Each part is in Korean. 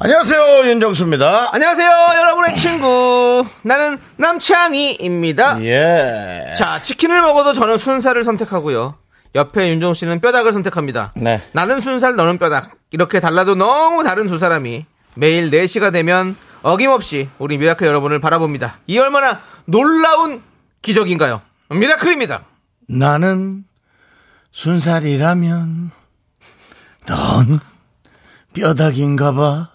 안녕하세요 윤정수입니다. 안녕하세요, 여러분의 친구. 나는 남창희입니다. 예. 자, 치킨을 먹어도 저는 순살을 선택하고요. 옆에 윤종 씨는 뼈닭을 선택합니다. 네. 나는 순살, 너는 뼈닭. 이렇게 달라도 너무 다른 두 사람이 매일 4시가 되면 어김없이 우리 미라클 여러분을 바라봅니다. 이 얼마나 놀라운 기적인가요? 미라클입니다. 나는 순살이라면 넌 뼈다귀인가봐.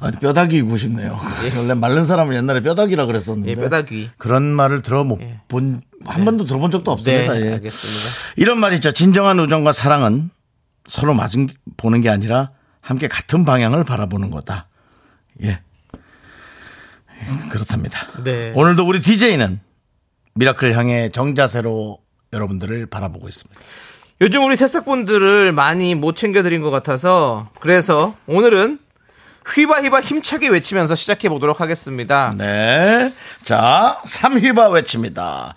아, 뼈다귀고 싶네요. 원래 마른 사람은 옛날에 뼈다귀라 그랬었는데. 예, 뼈다귀. 예. 그런 말을 들어본 본, 한 번도 들어본 적도 네, 없습니다. 예. 알겠습니다. 이런 말 있죠. 진정한 우정과 사랑은 서로 맞은 보는 게 아니라 함께 같은 방향을 바라보는 거다. 예. 그렇답니다. 네. 오늘도 우리 DJ는 미라클 향해 정자세로 여러분들을 바라보고 있습니다. 요즘 우리 새싹분들을 많이 못 챙겨드린 것 같아서 그래서 오늘은 휘바휘바 힘차게 외치면서 시작해 보도록 하겠습니다. 네. 자, 삼휘바 외칩니다.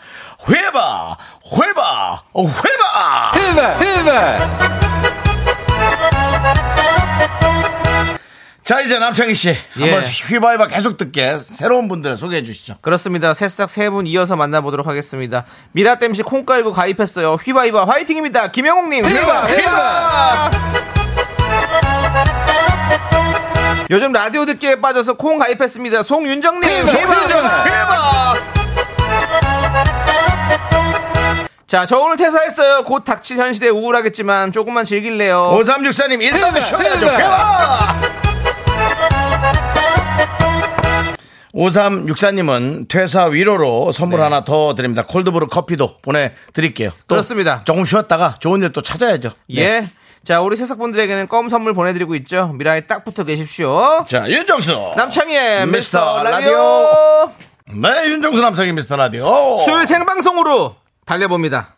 회바! 회바! 어, 회바! 자, 이제 남창희 씨. 한번 휘바휘바 계속 듣게 새로운 분들 소개해 주시죠. 그렇습니다. 새싹 세 분 이어서 만나보도록 하겠습니다. 미라땜시 콩 깔고 가입했어요. 휘바휘바 화이팅입니다. 김영웅님 휘바 휘바. 요즘 라디오 듣기에 빠져서 콩 가입했습니다. 송윤정님 휘바 휘바. 자, 저 오늘 퇴사했어요. 곧 닥친 현실에 우울하겠지만 조금만 즐길래요. 5364님 네. 일단은 쉬어야죠. 회바! 5364님은 퇴사 위로로 선물 하나 더 드립니다. 콜드브루 커피도 보내드릴게요. 또 네. 그렇습니다. 조금 쉬었다가 좋은 일 또 찾아야죠. 예. 네. 자, 우리 새싹분들에게는 껌 선물 보내드리고 있죠. 미라에 딱 붙어 계십시오. 자, 윤정수. 남창희의 미스터 미스터 라디오. 라디오. 네, 윤정수 남성의 미스터 라디오. 수요일 생방송으로 달려봅니다.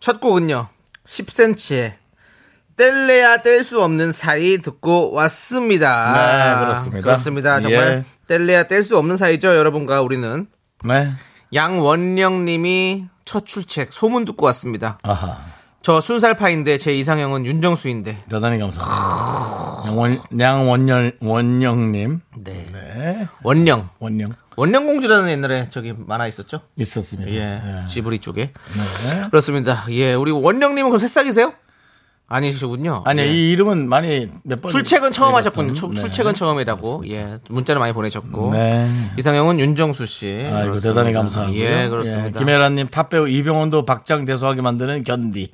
첫 곡은요. 10cm의 뗄래야 뗄 수 없는 사이 듣고 왔습니다. 네, 그렇습니다. 예. 그렇습니다. 정말 뗄래야 뗄 수 없는 사이죠. 여러분과 우리는 네. 양원령 님이 첫 출첵 소문 듣고 왔습니다. 아하. 저 순살파인데 제 이상형은 윤정수인데. 대단히 감사합니다. 양원, 양원영, 원영님. 네. 네. 원령. 원영. 원령 공주라는 옛날에 저기 만화 있었죠? 있었습니다. 예. 지브리 쪽에. 네. 그렇습니다. 예, 우리 원령님은 그럼 새싹이세요? 아니시군요. 아니요, 예. 이 이름은 많이 몇 번. 출첵은 처음 하셨군요. 출- 네. 출첵은 처음이라고. 예, 문자를 많이 보내셨고. 네. 이상형은 윤정수 씨. 아이고 예, 그렇습니다. 대단히 감사하고요. 예, 그렇습니다. 김혜란님 탑배우 이병헌도 박장대소하게 만드는 견디.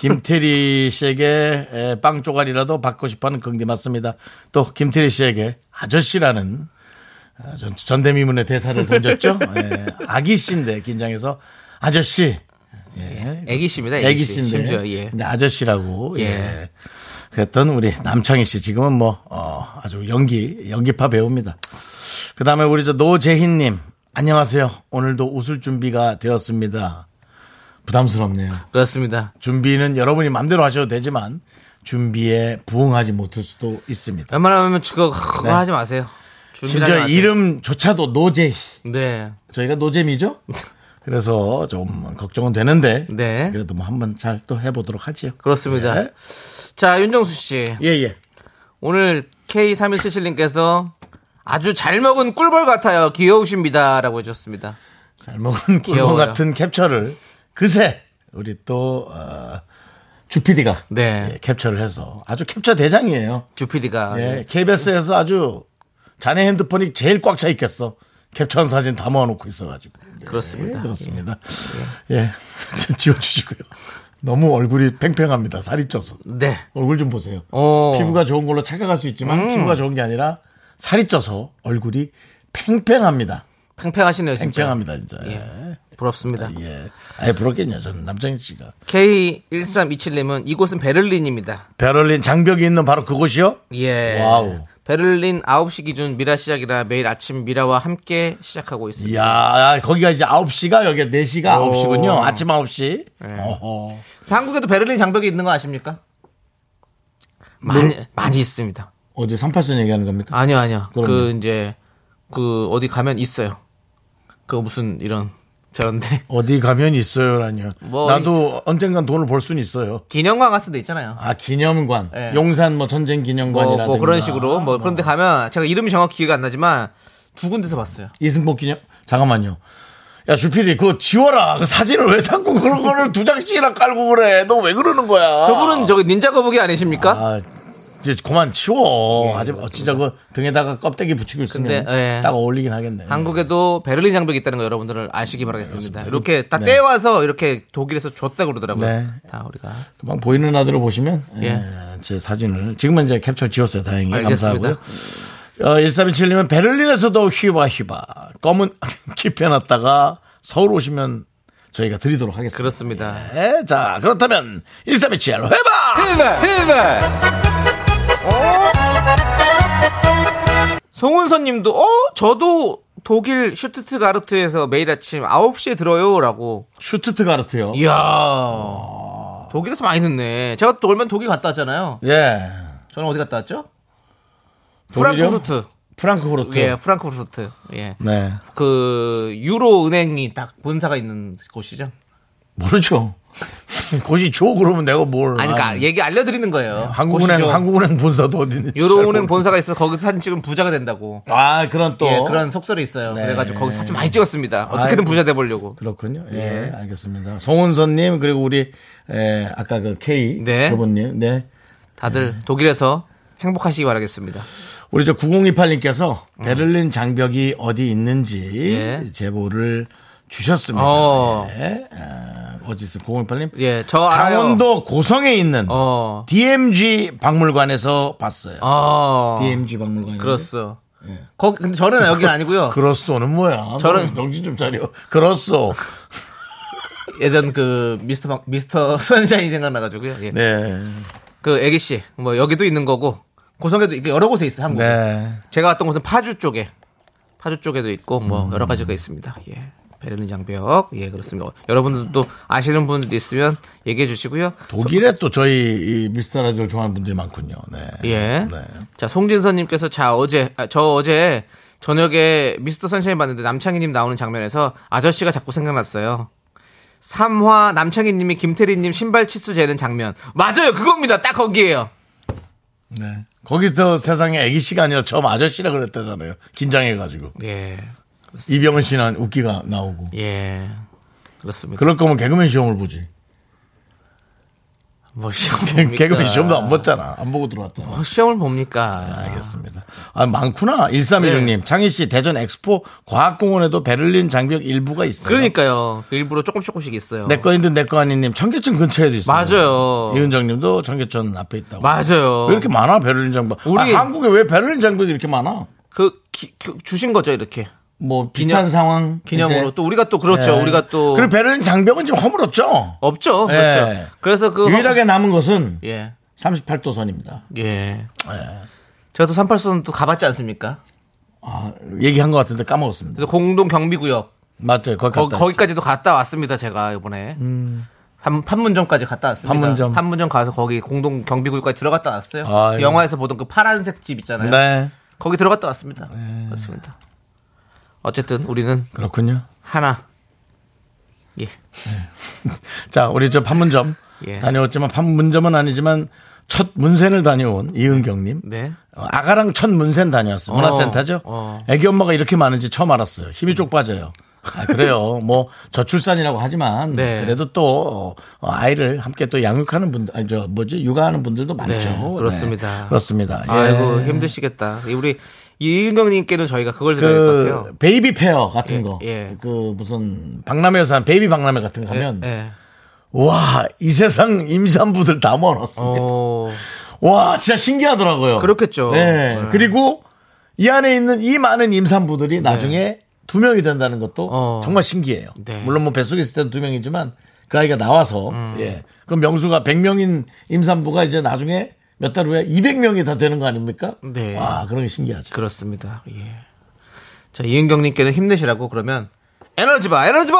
김태리 씨에게 에, 빵 쪼가리라도 받고 싶어하는 긍디 맞습니다. 또 김태리 씨에게 아저씨라는 아, 전- 전대미문의 대사를 던졌죠. 예, 아기 씨인데 긴장해서 아저씨. 예. 애기 씨입니다. 애기 애기 씨. 씨인데 네, 심지어, 예. 근데 아저씨라고. 예. 예. 그랬던 우리 남창희 씨 지금은 뭐 어, 아주 연기 연기파 배우입니다. 그다음에 우리 저 노재희님 안녕하세요. 오늘도 웃을 준비가 되었습니다. 부담스럽네요. 그렇습니다. 준비는 여러분이 마음대로 하셔도 되지만 준비에 부응하지 못할 수도 있습니다. 웬만하면 그거, 그거 하지 마세요. 네. 준비하지 심지어 마세요. 이름조차도 노재희 네. 저희가 노잼이죠. 그래서 좀 걱정은 되는데 네. 그래도 뭐 한번 잘 또 해보도록 하지요. 그렇습니다. 네. 자, 윤정수 씨. 예 예. 오늘 K3177님께서 아주 잘 먹은 꿀벌 같아요. 귀여우십니다. 라고 해주셨습니다. 잘 먹은 꿀보 귀여워요. 같은 캡처를 그새 우리 또 어, 주피디가 예, 네. 캡처를 해서 아주 캡처 대장이에요. 주피디가. 예, KBS에서 아주 자네 핸드폰이 제일 꽉 차 있겠어. 캡처한 사진 다 모아놓고 있어가지고. 예, 그렇습니다. 그렇습니다. 예, 좀 지워주시고요. 너무 얼굴이 팽팽합니다. 살이 쪄서. 네. 얼굴 좀 보세요. 어. 음. 피부가 좋은 걸로 착각할 수 있지만 피부가 좋은 게 아니라 살이 쪄서 얼굴이 팽팽합니다. 팽팽하시네요, 진짜. 팽팽합니다, 진짜. 예. 예. 부럽습니다. 예. 아예 부럽겠냐, 저는 남정희 씨가. K1327님은 이곳은 베를린입니다. 베를린 장벽이 있는 바로 그곳이요? 예. 와우. 베를린 9시 기준 미라 시작이라 매일 아침 미라와 함께 시작하고 있습니다. 이야, 거기가 이제 9시가 여기 4시가 오. 9시군요. 아침 9시. 어허. 한국에도 베를린 장벽이 있는 거 아십니까? 많이 네. 많이 있습니다. 어디 38선 얘기하는 겁니까? 아니요, 아니요. 그 그럼요. 이제 그 어디 가면 있어요. 그 무슨 이런 저런데 어디 가면 있어요라니요. 뭐 나도 언젠간 돈을 벌 수는 있어요. 기념관 같은 데 있잖아요. 아 기념관, 네. 용산 뭐 전쟁 뭐, 기념관이라든가 어. 뭐 그런 식으로 뭐 그런데 가면 제가 이름이 정확히 기억이 안 나지만 두 군데서 봤어요. 이승복 기념. 잠깐만요. 야 주필이 그거 지워라. 그 사진을 왜 자꾸 그런 거를 두 장씩이나 깔고 그래. 너 왜 그러는 거야? 저분은 저기 닌자 거북이 아니십니까? 아 이제 그만 치워. 예, 아직 그렇습니다. 진짜 그 등에다가 껍데기 붙이고 있으면 근데, 예. 딱 어울리긴 하겠네. 한국에도 베를린 장벽이 있다는 거 여러분들을 아시기 바라겠습니다. 그렇습니다. 이렇게 다 네. 떼와서 이렇게 독일에서 줬다 고 그러더라고요. 네. 다 우리가 금방 보이는 아들로 보시면 예. 예, 제 사진을 지금은 이제 캡처 지웠어요. 다행히 알겠습니다. 감사하고요. 어, 1327님은 베를린에서도 휘바 휘바 검은 기펴놨다가 서울 오시면 저희가 드리도록 하겠습니다. 그렇습니다. 예, 자 그렇다면 1327 회바 송은선님도 어 저도 독일 슈트트가르트에서 매일 아침 9시에 들어요라고. 슈트트가르트요. 예. 이야. 독일에서 많이 듣네. 제가 또 얼마 독일 갔다 왔잖아요. 예, 저는 어디 갔다 왔죠? 독일이요? 네. 프랑크푸르트. 프랑크푸르트. 예, 프랑크푸르트. 예. 네, 그 유로 은행이 딱 본사가 있는 곳이죠. 모르죠. 곳이 줘 그러면 내가 뭘? 아니 그러니까 아니, 네. 얘기 알려 드리는 거예요. 한국은행 곳이죠. 한국은행 본사도 어디 있는지. 잘 유로 은행 모르- 본사가 있어. 거기서 사진 찍으면 부자가 된다고. 아 그런 또 예, 그런 속설이 있어요. 네. 그래 가지고 거기서 사진 많이 찍었습니다. 어떻게든 아이고. 부자 돼 보려고. 그렇군요. 예, 알겠습니다. 송은선님 그리고 우리 에, 아까 그 K 네. 그분님, 네, 다들 독일에서 행복하시기 바라겠습니다. 우리 저 9028님께서 베를린 장벽이 어디 있는지 음. 예. 제보를 주셨습니다. 어. 예. 아, 어디 있어? 9028님. 예, 저 알아요. 강원도 고성에 있는 어. DMG 박물관에서 봤어요. 어. DMG 박물관. 그렇소. 거기 근데 저는 여기는 음. 아니고요. 예. 그렇소는 뭐야? 저는- 저는 정신 좀 차려. 그렇소. 예전 그 미스터 박- 미스터 선샤인 생각나가지고요. 예. 네. 그 애기 씨, 뭐 여기도 있는 거고 고성에도 이렇게 여러 곳에 있어 요 한국. 에 네. 제가 갔던 곳은 파주 쪽에 파주 쪽에도 있고 뭐 음. 여러 가지가 있습니다. 예. 베를린 장벽 예 그렇습니다. 여러분들도 아시는 분들 있으면 얘기해 주시고요. 독일에 또 저희 이 미스터 라디오 좋아하는 분들이 많군요. 네. 예. 네. 자, 송진선님께서 자, 어제, 아, 저 어제 저녁에 미스터 선샤인 봤는데 남창희님 나오는 장면에서 아저씨가 자꾸 생각났어요. 삼화 남창희님이 김태리님 신발 치수 재는 장면. 맞아요, 그겁니다. 딱 거기에요. 네. 거기서 세상에 애기 씨가 아니라 처음 아저씨라 그랬다잖아요. 긴장해가지고. 예. 이병헌 씨는 웃기가 나오고. 예. 그렇습니다. 그럴 거면 개그맨 시험을 보지. 뭐 시험 봅니까? 개그맨 시험도 안 봤잖아. 안 보고 들어왔잖아. 뭐 시험을 봅니까? 알겠습니다. 아, 많구나. 1316님. 네. 창희 씨, 대전 엑스포 과학공원에도 베를린 장벽 일부가 있어요. 그러니까요. 그 일부러 조금 조금씩 있어요. 내 거인든 내 거 아닌님. 청계천 근처에도 있어요. 맞아요. 이은정 님도 청계천 앞에 있다고. 맞아요. 예. 왜 이렇게 많아, 베를린 장벽? 우리- 아, 한국에 왜 베를린 장벽이 이렇게 많아? 그, 기- 그 주신 거죠, 이렇게. 뭐, 비슷한 기념- 상황. 기념으로. 이제. 또 우리가 또 그렇죠. 예. 우리가 또. 그리고 베를린 장벽은 지금 허물었죠? 없죠. 그렇죠. 예. 그래서 그. 유일하게 남은 것은 예. 38도선입니다. 예. 제가 또 38선 또 가봤지 않습니까? 아, 얘기한 것 같은데 까먹었습니다. 그래서 공동 경비구역 맞죠. 거기 거, 갔다. 거기까지도 갔다 왔습니다. 제가 이번에 판, 판문점까지 갔다 왔습니다. 판문점. 가서 거기 공동 경비구역까지 들어갔다 왔어요. 아이고. 예. 그 영화에서 보던 그 파란색 집 있잖아요. 네. 예. 거기 들어갔다 왔습니다. 그렇습니다. 어쨌든 우리는 그렇군요. 하나. 예. 자, 우리 저 판문점 예. 다녀왔지만 판문점은 아니지만 첫 문센을 다녀온 이은경님. 네. 어, 아가랑 첫 문센 다녀왔어. 문화센터죠? 어. 애기 엄마가 이렇게 많은지 처음 알았어요. 힘이 쪽 빠져요. 아, 그래요. 뭐 저출산이라고 하지만 네. 그래도 또 어, 아이를 함께 또 양육하는 분들, 아니 저 뭐지 육아하는 분들도 많죠. 네, 그렇습니다. 네, 그렇습니다. 예. 아이고 힘드시겠다. 우리 이은경님께는 저희가 그걸 드려야 될 네, 것 그 같아요. 베이비 페어 같은 예, 거, 예. 그 무슨 박람회에서 한 베이비 박람회 같은 거 그, 하면 예. 와 이 세상 임산부들 다 모았습니다. 어. 와 진짜 신기하더라고요. 그렇겠죠. 네. 네. 그리고 이 안에 있는 이 많은 임산부들이 나중에 두 명이 된다는 것도 어. 정말 신기해요. 네. 물론 뭐 뱃속에 있을 때도 두 음. 명이지만 그 아이가 나와서 예. 그럼 명수가 100명인 임산부가 이제 나중에 몇 달 후에 200명이 다 되는 거 아닙니까? 네. 와, 그런 게 신기하죠. 그렇습니다. 예. 자, 이은경님께는 힘내시라고 그러면 에너지바, 에너지바!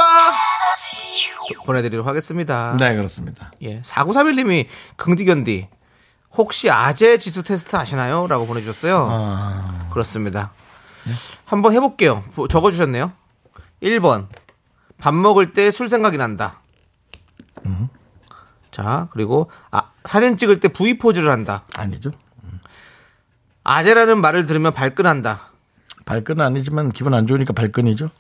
보내드리도록 하겠습니다. 네, 그렇습니다. 예. 4931님이 긍디견디, 혹시 아재 지수 테스트 아시나요? 라고 보내주셨어요. 그렇습니다. 한번 해볼게요. 보- 적어주셨네요. 1번. 밥 먹을 때 술 생각이 난다. 자, 그리고 아, 사진 찍을 때 V 포즈를 한다. 아니죠. 아재라는 말을 들으면 발끈한다. 발끈은 아니지만 기분 안 좋으니까 발끈이죠.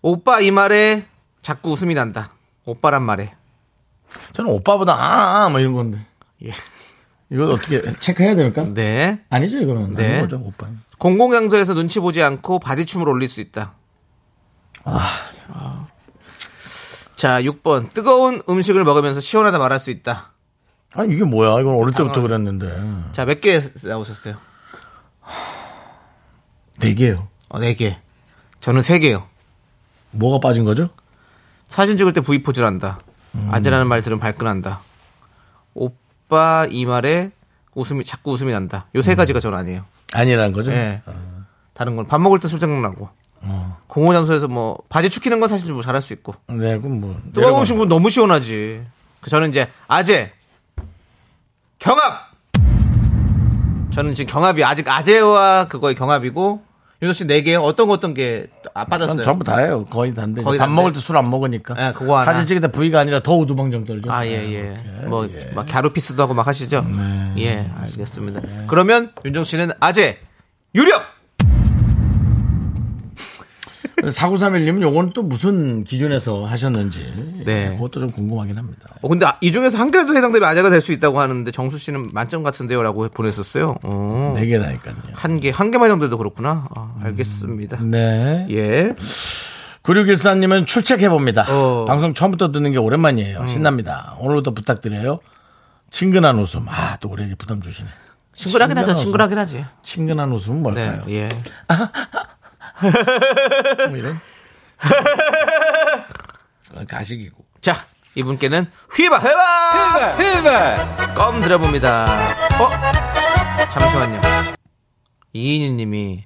오빠 이 말에 자꾸 웃음이 난다. 오빠란 말에. 저는 오빠보다 아, 아, 뭐 이런 건데. 예. 이걸 어떻게 체크해야 됩니까? 네. 아니죠, 이거는. 네. 아닌 거죠, 오빠. 공공장소에서 눈치 보지 않고 바디춤을 올릴 수 있다. 아. 자, 6번. 뜨거운 음식을 먹으면서 시원하다 말할 수 있다. 아니, 이게 뭐야. 이건 어릴 때부터 그랬는데. 자, 몇 개 나오셨어요? 네 개요. 어, 4개. 저는 3개요. 뭐가 빠진 거죠? 사진 찍을 때 V포즈를 한다. 아재라는 말 들으면 발끈한다. 오빠 이 말에 웃음이, 자꾸 웃음이 난다. 요 세 가지가 저는 아니에요. 아니라는 거죠? 예. 다른 건 밥 먹을 때 술 생각나고 어. 공호 장소에서 뭐 바지 축히는 건 사실 뭐 잘할 수 있고 네, 그럼 뭐. 뜨거운 내려가- 음식은 너무 시원하지. 그 저는 이제 아재 경합. 저는 지금 경합이 아직 아재와 그거의 경합이고 윤호 씨네개 어떤 거 어떤 게 아, 전 빠졌어요. 전부 다예요. 거의 다인데 거의 밥 다인데. 먹을 때 술 안 먹으니까. 예, 그거 하나. 사진 찍을 때 부위가 아니라 더 우두방정 떨죠. 네, 아, 예, 예. 뭐, 막, 갸루피스도 하고 막 하시죠? 예, 알겠습니다. 네. 그러면, 윤정 씨는 아재, 유력! 사구삼일님은 요건 또 무슨 기준에서 하셨는지. 네. 네. 그것도 좀 궁금하긴 합니다. 어, 근데 아- 이 중에서 한 개라도 해당되면 아재가 될 수 있다고 하는데 정수 씨는 만점 같은데요라고 보냈었어요. 어. 네 개라니까요. 한 개, 한 개만 정도도 그렇구나. 아, 알겠습니다. 네. 예. 9614님은 출첵해봅니다. 어. 방송 처음부터 듣는 게 오랜만이에요. 신납니다. 오늘부터 부탁드려요. 친근한 웃음. 아, 또 우리에게 부담 주시네. 친근하긴 하죠. 신기하다. 친근하긴 하지. 친근한 웃음은 네. 뭘까요? 예. 뭐 이런. 그건 그러니까 가식이고. 자, 이분께는 휘바, 휘바! 껌 드려봅니다. 어? 잠시만요. 이인희 님이,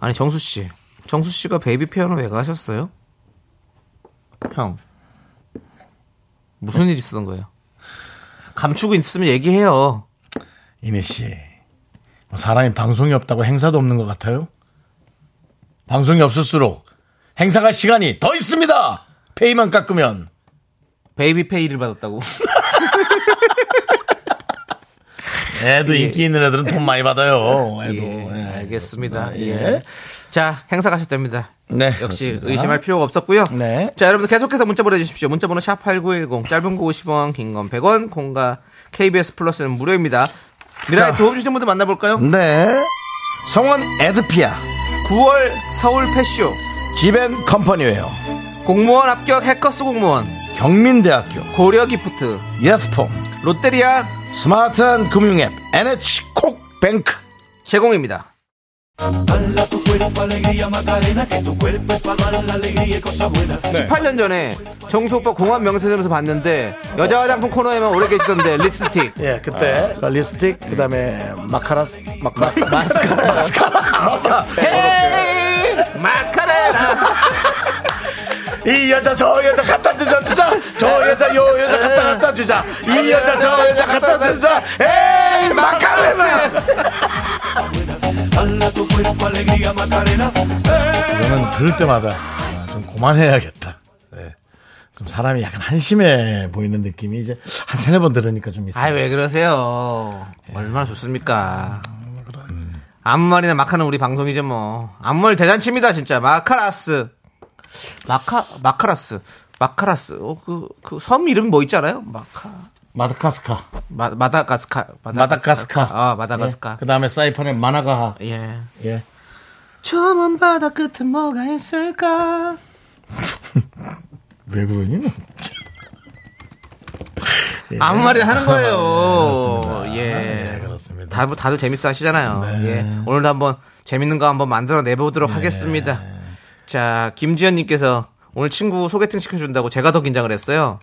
아니, 정수 씨. 정수 씨가 베이비 피아노 왜 가셨어요? 형. 무슨 일 있었던 거예요? 감추고 있으면 얘기해요. 이네 씨. 뭐 사람이 방송이 없다고 행사도 없는 것 같아요? 방송이 없을수록 행사갈 시간이 더 있습니다! 페이만 깎으면. 베이비 페이를 받았다고. 애도 인기 있는 애들은 돈 많이 받아요. 애도. 예, 예. 알겠습니다. 예. 예. 자, 행사 가셨답니다. 네. 역시 그렇습니다. 의심할 필요가 없었고요. 네. 자, 여러분들 계속해서 문자 보내주십시오. 문자 번호 샵8910, 짧은 거 50원, 긴 건 100원, 공과 KBS 플러스는 무료입니다. 미라에 자. 도움 주신 분들 만나볼까요? 네. 성원 에드피아. 9월 서울 패쇼, 기벤 컴퍼니웨어. 공무원 합격 해커스 공무원, 경민대학교. 고려 기프트, 예스폼. 롯데리아 스마트한 금융앱. NH콕뱅크. 제공입니다. 네. 18년 전에 정수 오빠 공항 명세점에서 봤는데 여자 화장품 코너에만 오래 계시던데 립스틱 예, 그때 립스틱, 그 다음에 마카라스, 마카라, 마스카라. 마카라. 헤이 마카레나 이 여자 저 여자 갖다 주자 주자 저 여자 요 여자 갖다 갖다 주자 이 여자 저 여자 갖다 주자 에이 마카레나 저는 들을 때마다 아, 좀 그만해야겠다 예. 좀 사람이 약간 한심해 보이는 느낌이 이제 한 세네 번 들으니까 좀 있어요 아왜 그러세요 얼마나 좋습니까 아무 말이나 막 하는 우리 방송이죠 뭐 아무 말 대잔치입니다 진짜 마카라스 마카 마카라스 마카라스 어, 어그그섬 이름 뭐 있잖아요 마카 마다카스카 마, 마다가스카 마다가스카 아 마다가스카 그 다음에 사이판의 마나가하 예 예. 저 먼 바다 끝에 뭐가 있을까 왜 그러니? 예. 아무 말이나 하는 거예요. 네, 그렇습니다. 예. 네, 그렇습니다. 네. 다, 다들 재밌어 하시잖아요. 예. 오늘도 한번 재밌는 거 한번 만들어 내보도록 하겠습니다. 자, 김지현님께서 오늘 친구 소개팅 시켜준다고 제가 더 긴장을 했어요.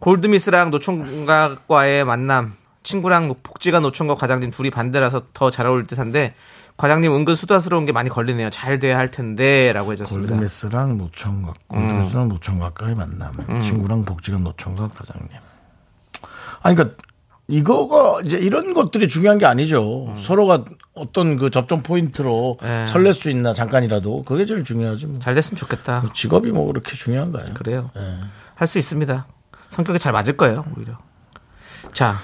골드미스랑 노총각과의 만남. 친구랑 복지관 노총과 과장님 둘이 반대라서 더 잘 어울릴 듯한데 과장님 은근 수다스러운 게 많이 걸리네요. 잘 돼야 할 텐데라고 해줬습니다. 골드메스랑 노총각, 골드메스랑 노총각과의 만남, 친구랑 복지관 노총각 과장님. 아니 그러니까 이거가 이제 이런 것들이 중요한 게 아니죠. 서로가 어떤 그 접점 포인트로 네. 설렐 수 있나 잠깐이라도 그게 제일 중요하지. 뭐. 잘 됐으면 좋겠다. 직업이 뭐 그렇게 중요한가요? 그래요. 예. 할 수 있습니다. 성격이 잘 맞을 거예요, 오히려. 자.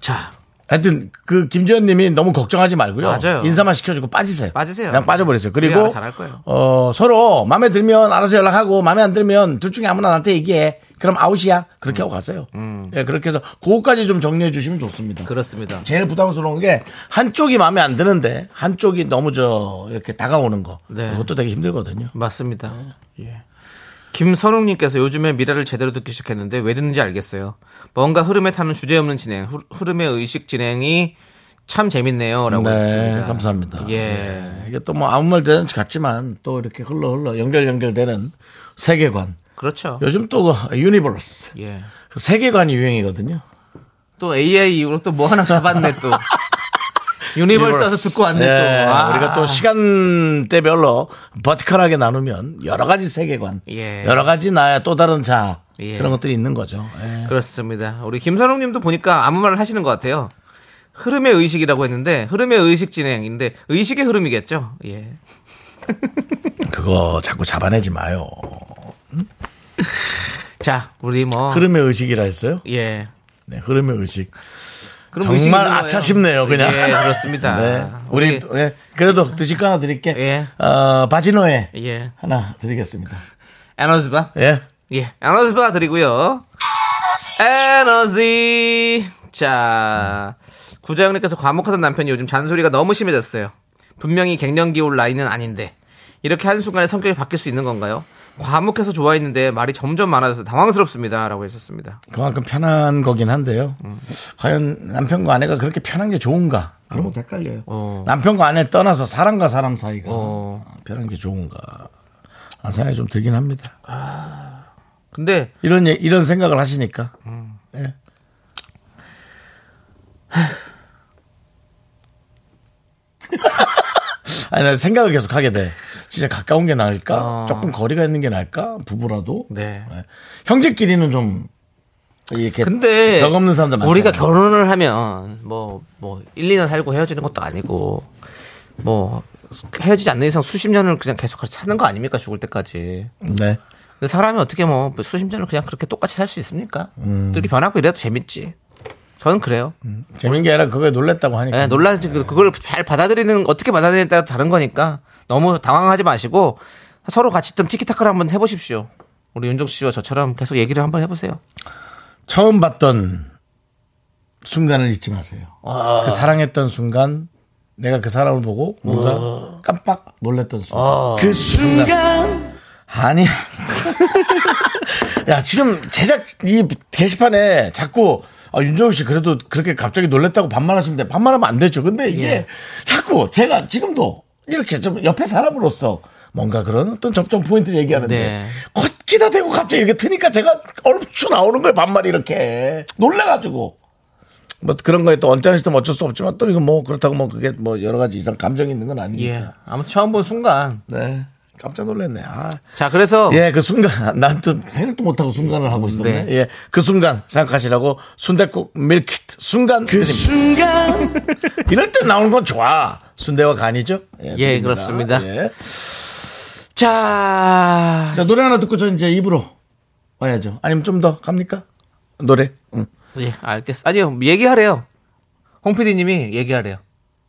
자. 하여튼 그 김지현님이 너무 걱정하지 말고요. 맞아요. 인사만 시켜주고 빠지세요. 빠지세요. 그냥 빠져버리세요. 그래야 그리고 잘할 거예요. 어, 서로 마음에 들면 알아서 연락하고 마음에 안 들면 둘 중에 아무나 나한테 얘기해. 그럼 아웃이야. 그렇게 하고 가세요. 음. 예, 그렇게 해서 그거까지 좀 정리해 주시면 좋습니다. 그렇습니다. 제일 부담스러운 게 한쪽이 마음에 안 드는데 한쪽이 너무 저 이렇게 다가오는 거 네. 그것도 되게 힘들거든요. 맞습니다. 예. 김선웅님께서 요즘에 미라를 제대로 듣기 시작했는데 왜 듣는지 알겠어요. 뭔가 흐름에 타는 주제 없는 진행, 흐- 흐름의 의식 진행이 참 재밌네요라고 네, 했습니다. 감사합니다. 예, 이게 또 뭐 아무 말 되는 같지만 또 이렇게 흘러 흘러 연결 연결되는 세계관. 그렇죠. 요즘 또 그 유니버스 예. 그 세계관이 유행이거든요. 또 AI 이후로 또 뭐 하나 잡았네 또. 유니버스에서 듣고 왔네 예, 또. 아. 우리가 또 시간대별로 버티컬하게 나누면 여러 가지 세계관, 예. 여러 가지 나의 또 다른 자 예. 그런 것들이 있는 거죠. 예. 그렇습니다. 우리 김선웅 님도 보니까 아무 말을 하시는 것 같아요. 흐름의 의식이라고 했는데 흐름의 의식 진행인데 의식의 흐름이겠죠. 예. 그거 자꾸 잡아내지 마요. 자, 우리 뭐 흐름의 의식이라 했어요. 예. 네, 흐름의 의식. 그럼 의식이 정말 있는 거예요. 아차 싶네요, 그냥. 예, 그렇습니다. 네. 우리, 우리 예, 그래도 드실 거 하나 드릴게. 예. 어, 바지노에 예. 하나 드리겠습니다. 에너지바. 예. 예. 에너지바 드리고요. 에너지. 자. 구자영님께서 과묵하던 남편이 요즘 잔소리가 너무 심해졌어요. 분명히 갱년기 올 나이는 아닌데 이렇게 한순간에 성격이 바뀔 수 있는 건가요? 과묵해서 좋아했는데 말이 점점 많아져서 당황스럽습니다. 라고 하셨습니다. 그만큼 편한 거긴 한데요. 과연 남편과 아내가 그렇게 편한 게 좋은가? 그런 것도 헷갈려요. 어. 남편과 아내 떠나서 사람과 사람 사이가 어. 편한 게 좋은가? 아, 생각이 좀 들긴 합니다. 근데 이런, 예- 이런 생각을 하시니까. 음. 예. 아니, 나 생각을 계속 하게 돼. 진짜 가까운 게 나을까? 어. 조금 거리가 있는 게 나을까? 부부라도? 네. 예. 형제끼리는 좀, 이렇게. 근데 적 없는 사람들 많잖아요. 우리가 결혼을 하면 뭐 뭐 1, 2년 살고 헤어지는 것도 아니고 뭐 헤어지지 않는 이상 수십 년을 그냥 계속 같이 사는 거 아닙니까? 죽을 때까지. 네. 근데 사람이 어떻게 뭐 수십 년을 그냥 그렇게 똑같이 살 수 있습니까? 음. 둘이 변하고 이래도 재밌지. 저는 그래요. 재밌는 게 아니라 그거에 놀랬다고 하니까. 예, 놀라지 그- 그걸 잘 받아들이는 어떻게 받아들이냐에 따라 다른 거니까 너무 당황하지 마시고 서로 같이 좀 티키타카를 한번 해보십시오. 우리 윤종 씨와 저처럼 계속 얘기를 한번 해보세요. 처음 봤던 순간을 잊지 마세요. 그 사랑했던 순간, 내가 그 사람을 보고 뭔가 깜빡 놀랬던 순간. 그 순간. 아니야. 야, 지금 제작, 이 게시판에 자꾸, 아, 윤정우 씨 그래도 그렇게 갑자기 놀랬다고 반말하시면 돼. 반말하면 안 되죠. 근데 이게 예. 자꾸 제가 지금도 이렇게 좀 옆에 사람으로서 뭔가 그런 어떤 접점 포인트를 얘기하는데 네. 걷기다 대고 갑자기 이렇게 트니까 제가 얼추 나오는 거예요 반말이 이렇게 놀래가지고 뭐 그런 거에 또 언짢을 수도 어쩔 수 없지만 또 이거 뭐 그렇다고 뭐 그게 뭐 여러 가지 이상 감정이 있는 건 예. 아니니까 아무튼 처음 본 순간. 네 깜짝 놀랐네 아. 자, 그래서 예, 그 순간, 난 또 생각도 못하고 순간을 하고 있었네. 네. 예, 그 순간 생각하시라고 순대국 밀키트 순간. 그 순간. 이럴 때 나오는 건 좋아. 순대와 간이죠? 예, 드립니다. 그렇습니다. 예. 자, 자, 노래 하나 듣고 저 이제 입으로 와야죠. 아니면 좀 더 갑니까? 노래. 응. 예, 알겠어. 아니요, 얘기하래요. 홍 PD님이 얘기하래요.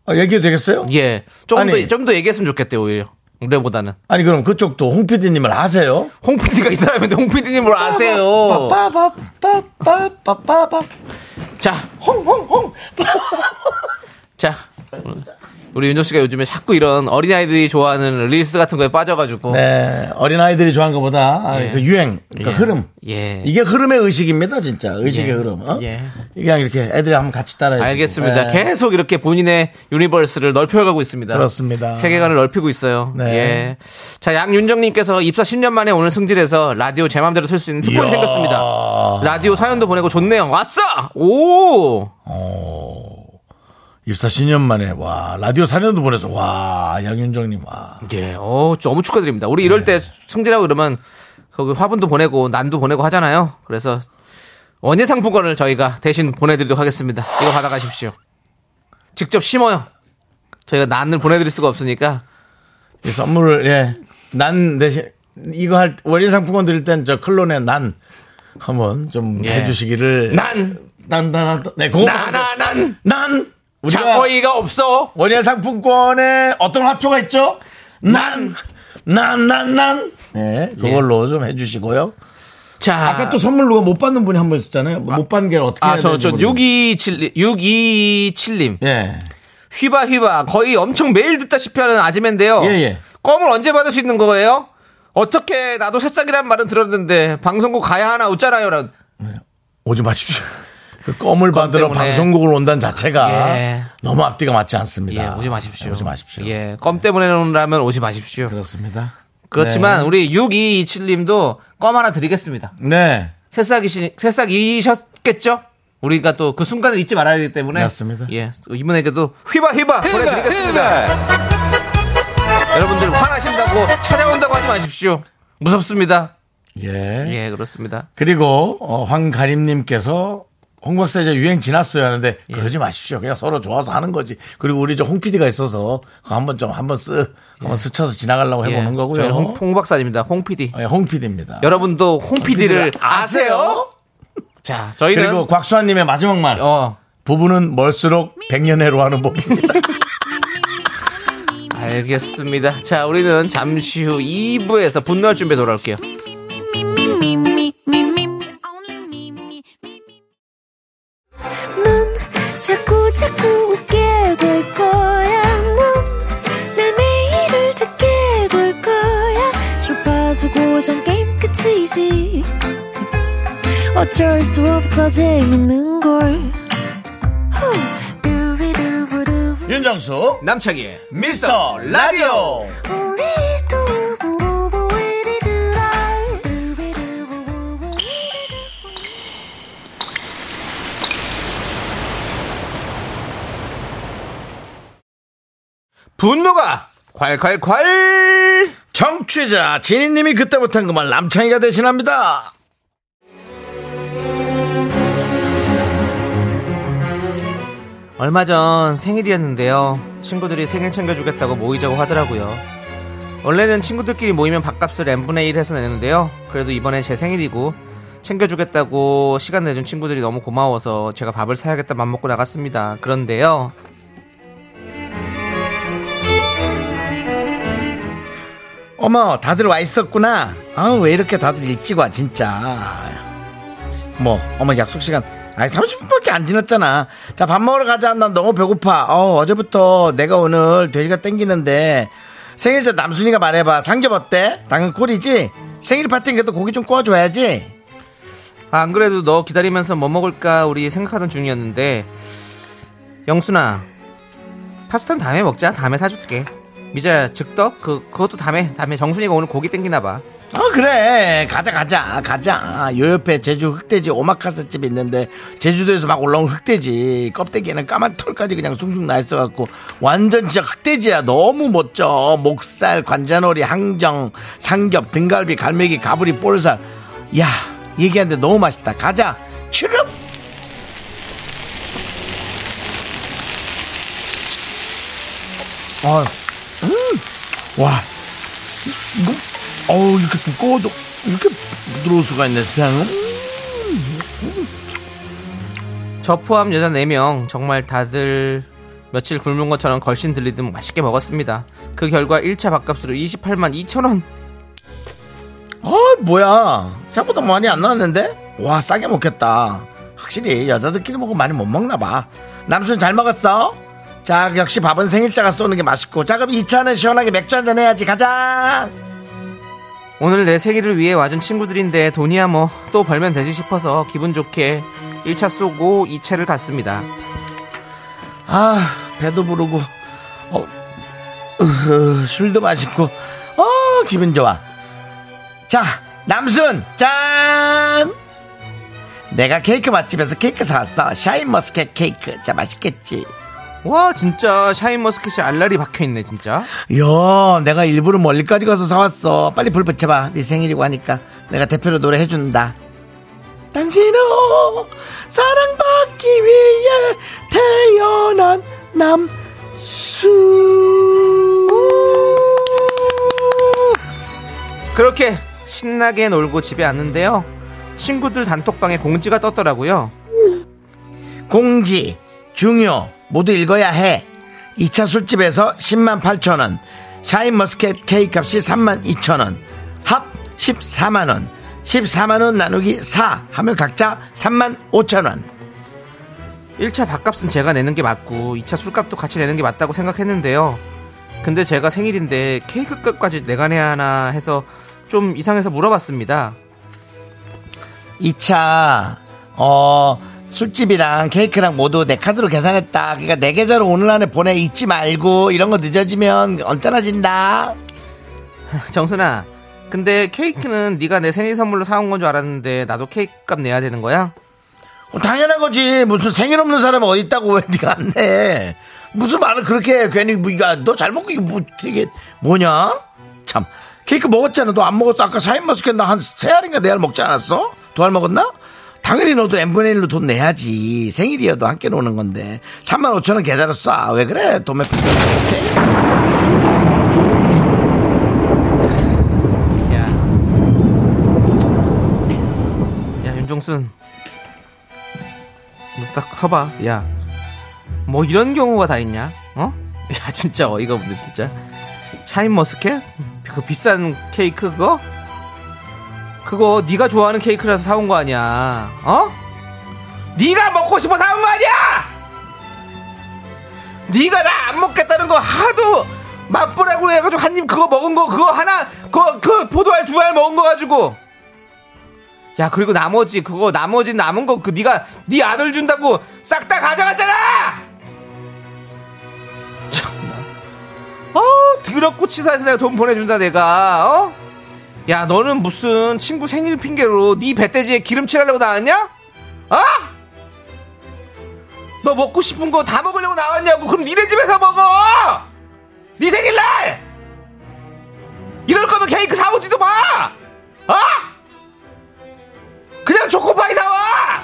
아, 얘기해도 되겠어요? 예, 조금 아니. 더, 좀 더 얘기했으면 좋겠대요, 오히려. 우리보다는. 아니, 그럼 그쪽도 홍 PD님을 아세요? 홍 PD가 이 사람인데 홍 PD님을 아세요. 빠빠빠빠빠빠빠빠. 자, 홍홍홍. 자. 우리 윤정 씨가 요즘에 자꾸 이런 어린아이들이 좋아하는 릴스 같은 거에 빠져가지고. 네, 어린 아이들이 좋아하는 것보다 아, 예. 그 유행, 그 예. 흐름, 예. 이게 흐름의 의식입니다, 진짜 의식의 예. 흐름. 어? 예. 그냥 이렇게 애들이 한번 같이 따라해. 주고. 알겠습니다. 예. 계속 이렇게 본인의 유니버스를 넓혀가고 있습니다. 그렇습니다. 세계관을 넓히고 있어요. 네. 예. 자, 양윤정님께서 입사 10년 만에 오늘 승진해서 라디오 제 맘대로 쓸 수 있는 특권이 이야. 생겼습니다. 라디오 사연도 보내고 좋네요. 왔어! 오! 입사 10년 만에 와 라디오 4년도 보내서 와 양윤정님 와 예, 어, 너무 축하드립니다. 우리 네. 이럴 때 승진하고 그러면 거기 화분도 보내고 난도 보내고 하잖아요. 그래서 원예 상품권을 저희가 대신 보내드리도록 하겠습니다. 이거 받아가십시오. 직접 심어요. 저희가 난을 보내드릴 수가 없으니까 이 선물을 예난 대신 이거 할 월인 상품권 드릴 땐 저 클론의 난 한번 좀 예. 해주시기를 난 난난난네 고난 나나난 난 우리가 자어이가 없어. 월인 상품권에 어떤 화초가 있죠 난난난난네 그걸로 좀 해주시고요 자, 예. 아까 또 선물 누가 못 받는 분이 한 분 있었잖아요 못 받는 게 어떻게 해야 아저저 되는지 모르겠어요. 627 627님 예 휘바 휘바 거의 엄청 매일 듣다시피 하는 아지맨데요. 예, 예. 껌을 언제 받을 수 있는 거예요? 어떻게 나도 새싹이란 말은 들었는데 방송국 가야 하나 웃잖아요. 라 오지 마십시오. 그 껌을 받으러 때문에. 방송국을 온다는 자체가 예. 너무 앞뒤가 맞지 않습니다. 예, 오지 마십시오. 예, 오지 마십시오. 예, 네. 껌 때문에 오라면 오지 마십시오. 그렇습니다. 그렇지만 우리 6227님도 껌 하나 드리겠습니다. 네. 새싹이시 새싹이셨겠죠? 우리가 또 그 순간을 잊지 말아야 되기 때문에 맞습니다. 예, 이분에게도 휘바 휘바 보내드리겠습니다. 여러분들 화나신다고 찾아온다고 하지 마십시오. 무섭습니다. 예. 예, 그렇습니다. 그리고 어, 황가림님께서 홍 박사 이제 유행 지났어요 하는데 예. 그러지 마십시오. 그냥 서로 좋아서 하는 거지. 그리고 우리 저홍 PD가 있어서 그거 한번 좀 한번 쓱 한번 스쳐서 지나가려고 해보는 예, 거고요. 저희 홍, 홍 박사입니다. 홍 PD. 예, 홍 PD입니다. 여러분도 홍 PD를 아세요? 자, 저희는 그리고 곽수아님의 마지막 말. 어 부부는 멀수록 백년해로 하는 법입니다. 알겠습니다. 자, 우리는 잠시 후 2부에서 분노할 준비 돌아올게요. me, me, me, me, me, only me, me, me, me. 넌 자꾸 자꾸 웃게 될 거야. 넌내 매일을 듣게 될 거야. 주파수 고정 게임 끝이지. 어쩔 수 없어 재밌는 걸. 후. 두비두부두. 윤정수 남창희의 미스터 라디오 우리 두부부부 우리 두라. 두비두부부부 우리 두라. 분노가 콸콸콸! 정취자 진희님이 그때 못한 그 말 남창희가 대신합니다 얼마 전 생일이었는데요. 친구들이 생일 챙겨주겠다고 모이자고 하더라고요. 원래는 친구들끼리 모이면 밥값을 n분의 1 해서 내는데요. 그래도 이번에 제 생일이고 챙겨주겠다고 시간 내준 친구들이 너무 고마워서 제가 밥을 사야겠다 맘먹고 나갔습니다. 그런데요. 어머 다들 와 있었구나 아우 왜 이렇게 다들 일찍 와 진짜 뭐 어머 약속 시간 아니 30분밖에 안 지났잖아 자 밥 먹으러 가자 난 너무 배고파 어, 어제부터 내가 오늘 돼지가 땡기는데 생일자 남순이가 말해봐 상겹 어때? 당근 꿀이지? 생일 파티인 게도 고기 좀 구워줘야지 아, 안 그래도 너 기다리면서 뭐 먹을까 우리 생각하던 중이었는데 영순아 파스타는 다음에 먹자 다음에 사줄게 미자야 즉떡 그, 그것도 다음에 다음에 정순이가 오늘 고기 땡기나봐 어 그래 가자 가자 가자 요 옆에 제주 흑돼지 오마카세 집 있는데 제주도에서 막 올라온 흑돼지 껍데기에는 까만 털까지 그냥 숭숭 나 있어갖고 완전 진짜 흑돼지야 너무 멋져 목살 관자놀이 항정 삼겹 등갈비 갈매기 가브리 볼살 야 얘기하는데 너무 맛있다 가자 추럽 아, 음, 와, 뭐, 어우 이렇게 두꺼워도 이렇게 부드러울 수가 있네 세상에 저 포함 여자 4명 정말 다들 며칠 굶은 것처럼 걸신 들리듯 맛있게 먹었습니다 그 결과 1차 밥값으로 28만 2천원 아 뭐야 생각보다 많이 안 나왔는데 와 싸게 먹겠다 확실히 여자들끼리 먹으면 많이 못 먹나 봐 남순 잘 먹었어 자 역시 밥은 생일자가 쏘는 게 맛있고 자 그럼 2차는 시원하게 맥주 한잔 해야지 가자 오늘 내 생일을 위해 와준 친구들인데 돈이야 뭐 또 벌면 되지 싶어서 기분 좋게 1차 쏘고 2차를 갔습니다. 아 배도 부르고 어, 으흐, 술도 맛있고 어 기분 좋아 자 남순 짠 내가 케이크 맛집에서 케이크 사왔어 샤인머스켓 케이크 자 맛있겠지 와 진짜 샤인머스켓이 알랄이 박혀있네 진짜. 야 내가 일부러 멀리까지 가서 사왔어 빨리 불 붙여봐 네 생일이고 하니까 내가 대표로 노래 해준다 당신은 사랑받기 위해 태어난 남수 그렇게 신나게 놀고 집에 왔는데요. 친구들 단톡방에 공지가 떴더라고요. 공지 중요 모두 읽어야 해 2차 술집에서 10만 8천원 샤인머스켓 케이크 값이 3만 2천원 합 14만원 14만원 나누기 4 하면 각자 3만 5천원 1차 밥값은 제가 내는 게 맞고 2차 술값도 같이 내는 게 맞다고 생각했는데요. 근데 제가 생일인데 케이크값까지 내가 내야 하나 해서 좀 이상해서 물어봤습니다. 2차 어 술집이랑 케이크랑 모두 내 카드로 계산했다. 그러니까 내 계좌로 오늘 안에 보내 잊지 말고 이런 거 늦어지면 언짢아진다. 그 정순아, 근데 케이크는 네가 내 생일 선물로 사온 건 줄 알았는데 나도 케이크값 내야 되는 거야? 어, 당연한 거지. 무슨 생일 없는 사람이 어디 있다고 왜 네가 안 해? 무슨 말을 그렇게 해. 괜히 뭐 이거 너잘 먹고 이게 뭐 이게 뭐냐? 참 케이크 먹었잖아. 너 안 먹었어. 아까 사인 머스켓 나한세 알인가 네 알 먹지 않았어? 두 알 먹었나? 당연히 너도 엠분의 1로 돈 내야지. 생일이어도 함께 노는 건데. 3만 5천 원 계좌로 쏴. 왜 그래? 돈에 야. 야, 윤종순. 너 딱 서봐. 야. 뭐 이런 경우가 다 있냐? 어? 야, 진짜 어이가 없네, 진짜. 샤인머스켓? 그 비싼 케이크 그거? 그거 네가 좋아하는 케이크라서 사온 거 아니야. 어? 네가 먹고 싶어 사온 거 아니야! 네가 나 안 먹겠다는 거 하도 맛보라고 해가지고 한 입 그거 먹은 거 그거 하나 그그 그 포도알 두 알 먹은 거 가지고 야 그리고 나머지 그거 나머지 남은 거 그 네가 네 아들 준다고 싹 다 가져갔잖아 참나 어 더럽고 치사해서 내가 돈 보내준다 내가 어? 야 너는 무슨 친구 생일 핑계로 네 배때지에 기름칠하려고 나왔냐? 어? 너 먹고 싶은 거 다 먹으려고 나왔냐고 그럼 니네 집에서 먹어 네 생일날 이럴 거면 케이크 사오지도 마 어? 그냥 초코파이 사와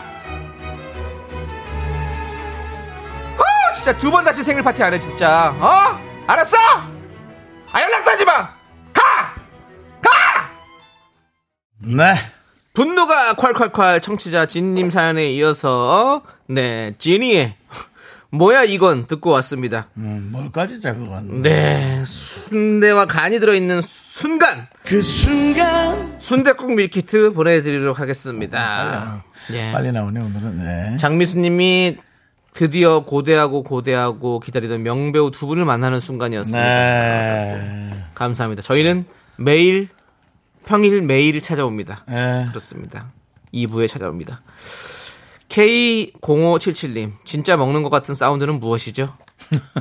어 진짜 두 번 다시 생일 파티 안 해 진짜 어? 알았어? 아 연락도 하지 마 가! 가! 네. 분노가 콸콸콸 청취자 진님 사연에 이어서 네 진이의 뭐야 이건 듣고 왔습니다. 음, 뭘까지 자 그건. 네 순대와 간이 들어있는 순간 그 순간. 순대국 밀키트 보내드리도록 하겠습니다. 예. 빨리 나오네 오늘은. 네. 장미수님이 드디어 고대하고 고대하고 기다리던 명배우 두 분을 만나는 순간이었습니다. 네. 감사합니다. 저희는 매일 평일 매일 찾아옵니다. 네. 그렇습니다. 2부에 찾아옵니다. K0577님, 진짜 먹는 것 같은 사운드는 무엇이죠?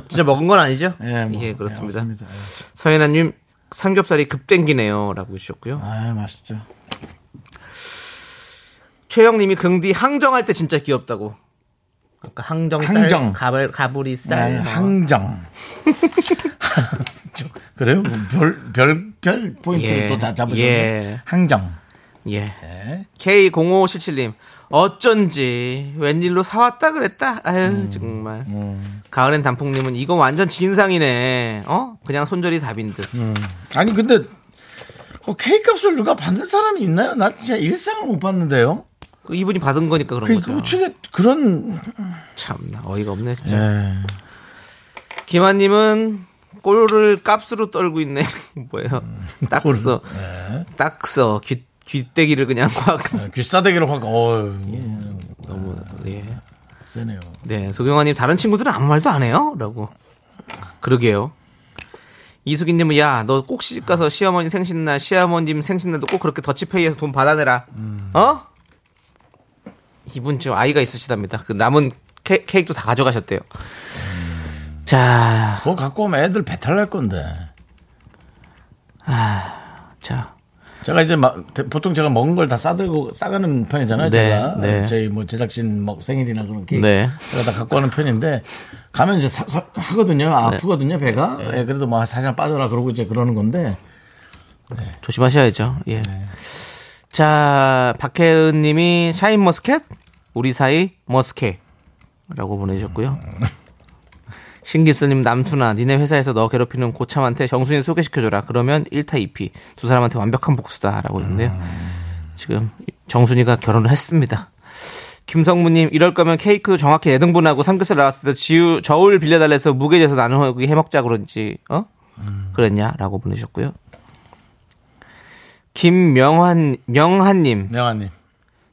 진짜 먹은 건 아니죠? 예, 뭐, 예, 그렇습니다. 예, 없습니다. 서현아님, 삼겹살이 급땡기네요. 라고 해주셨고요. 아, 맛있죠. 최영님이 긍디 항정할 때 진짜 귀엽다고. 아까 항정살, 항정. 가불, 가부리살. 네, 뭐. 항정. 저, 그래요? 뭐 별, 별, 별 포인트를 예, 또다 잡으셨네. 예. 항정. 예. 네. K0577님, 어쩐지 웬일로 사왔다 그랬다. 아유, 음, 정말. 가을엔 단풍님은 이건 완전 진상이네. 어? 그냥 손절이 답인 듯. 아니, 근데, 그 케이크 값을 누가 받는 사람이 있나요? 난 진짜 일상을 못 봤는데요. 그 이분이 받은 거니까 그런 그, 거죠. 어떻게 그런. 참나 어이가 없네 진짜. 예. 김한님은 꼴을 값으로 떨고 있네. 뭐예요? 딱서, 네. 딱서 귀 귀때기를 그냥 확 귀싸대기로 확, 어유 너무 예. 세네요. 네, 소경아님 다른 친구들은 아무 말도 안 해요? 라고. 그러게요. 이수기님은 야, 너 꼭 시집 가서 시어머니 생신날, 시어머님 생신날도 꼭 그렇게 더치페이에서 돈 받아내라. 어? 이분 지금 아이가 있으시답니다. 그 남은 케, 케이크도 다 가져가셨대요. 자, 그거 갖고 오면 애들 배탈 날 건데. 자. 제가 이제 마- 대- 보통 제가 먹은 걸 다 싸들고 싸가는 편이잖아요. 네, 제가 네. 저희 뭐 제작진 뭐 생일이나 그런 게 네. 제가 다 갖고 가는 편인데 가면 이제 사- 사- 하거든요. 아프거든요 배가. 예, 그래도 뭐 살짝 빠져라 그러고 이제 그러는 건데 조심하셔야죠. 예. 자, 박혜은 님이 샤인 머스켓? 우리 사이 머스켓. 라고 보내주셨고요. 신기스님 남순아 니네 회사에서 너 괴롭히는 고참한테 정순이 소개시켜줘라 그러면 1타 2피 두 사람한테 완벽한 복수다 라고 했는데요 지금 정순이가 결혼을 했습니다 김성무님 이럴 거면 케이크도 정확히 네 등분하고 삼겹살 나왔을 때 지우 저울 빌려달래서 무게 재서 나누기 해먹자 그런지 어 그랬냐라고 보내셨고요. 김명환 명환님 명아님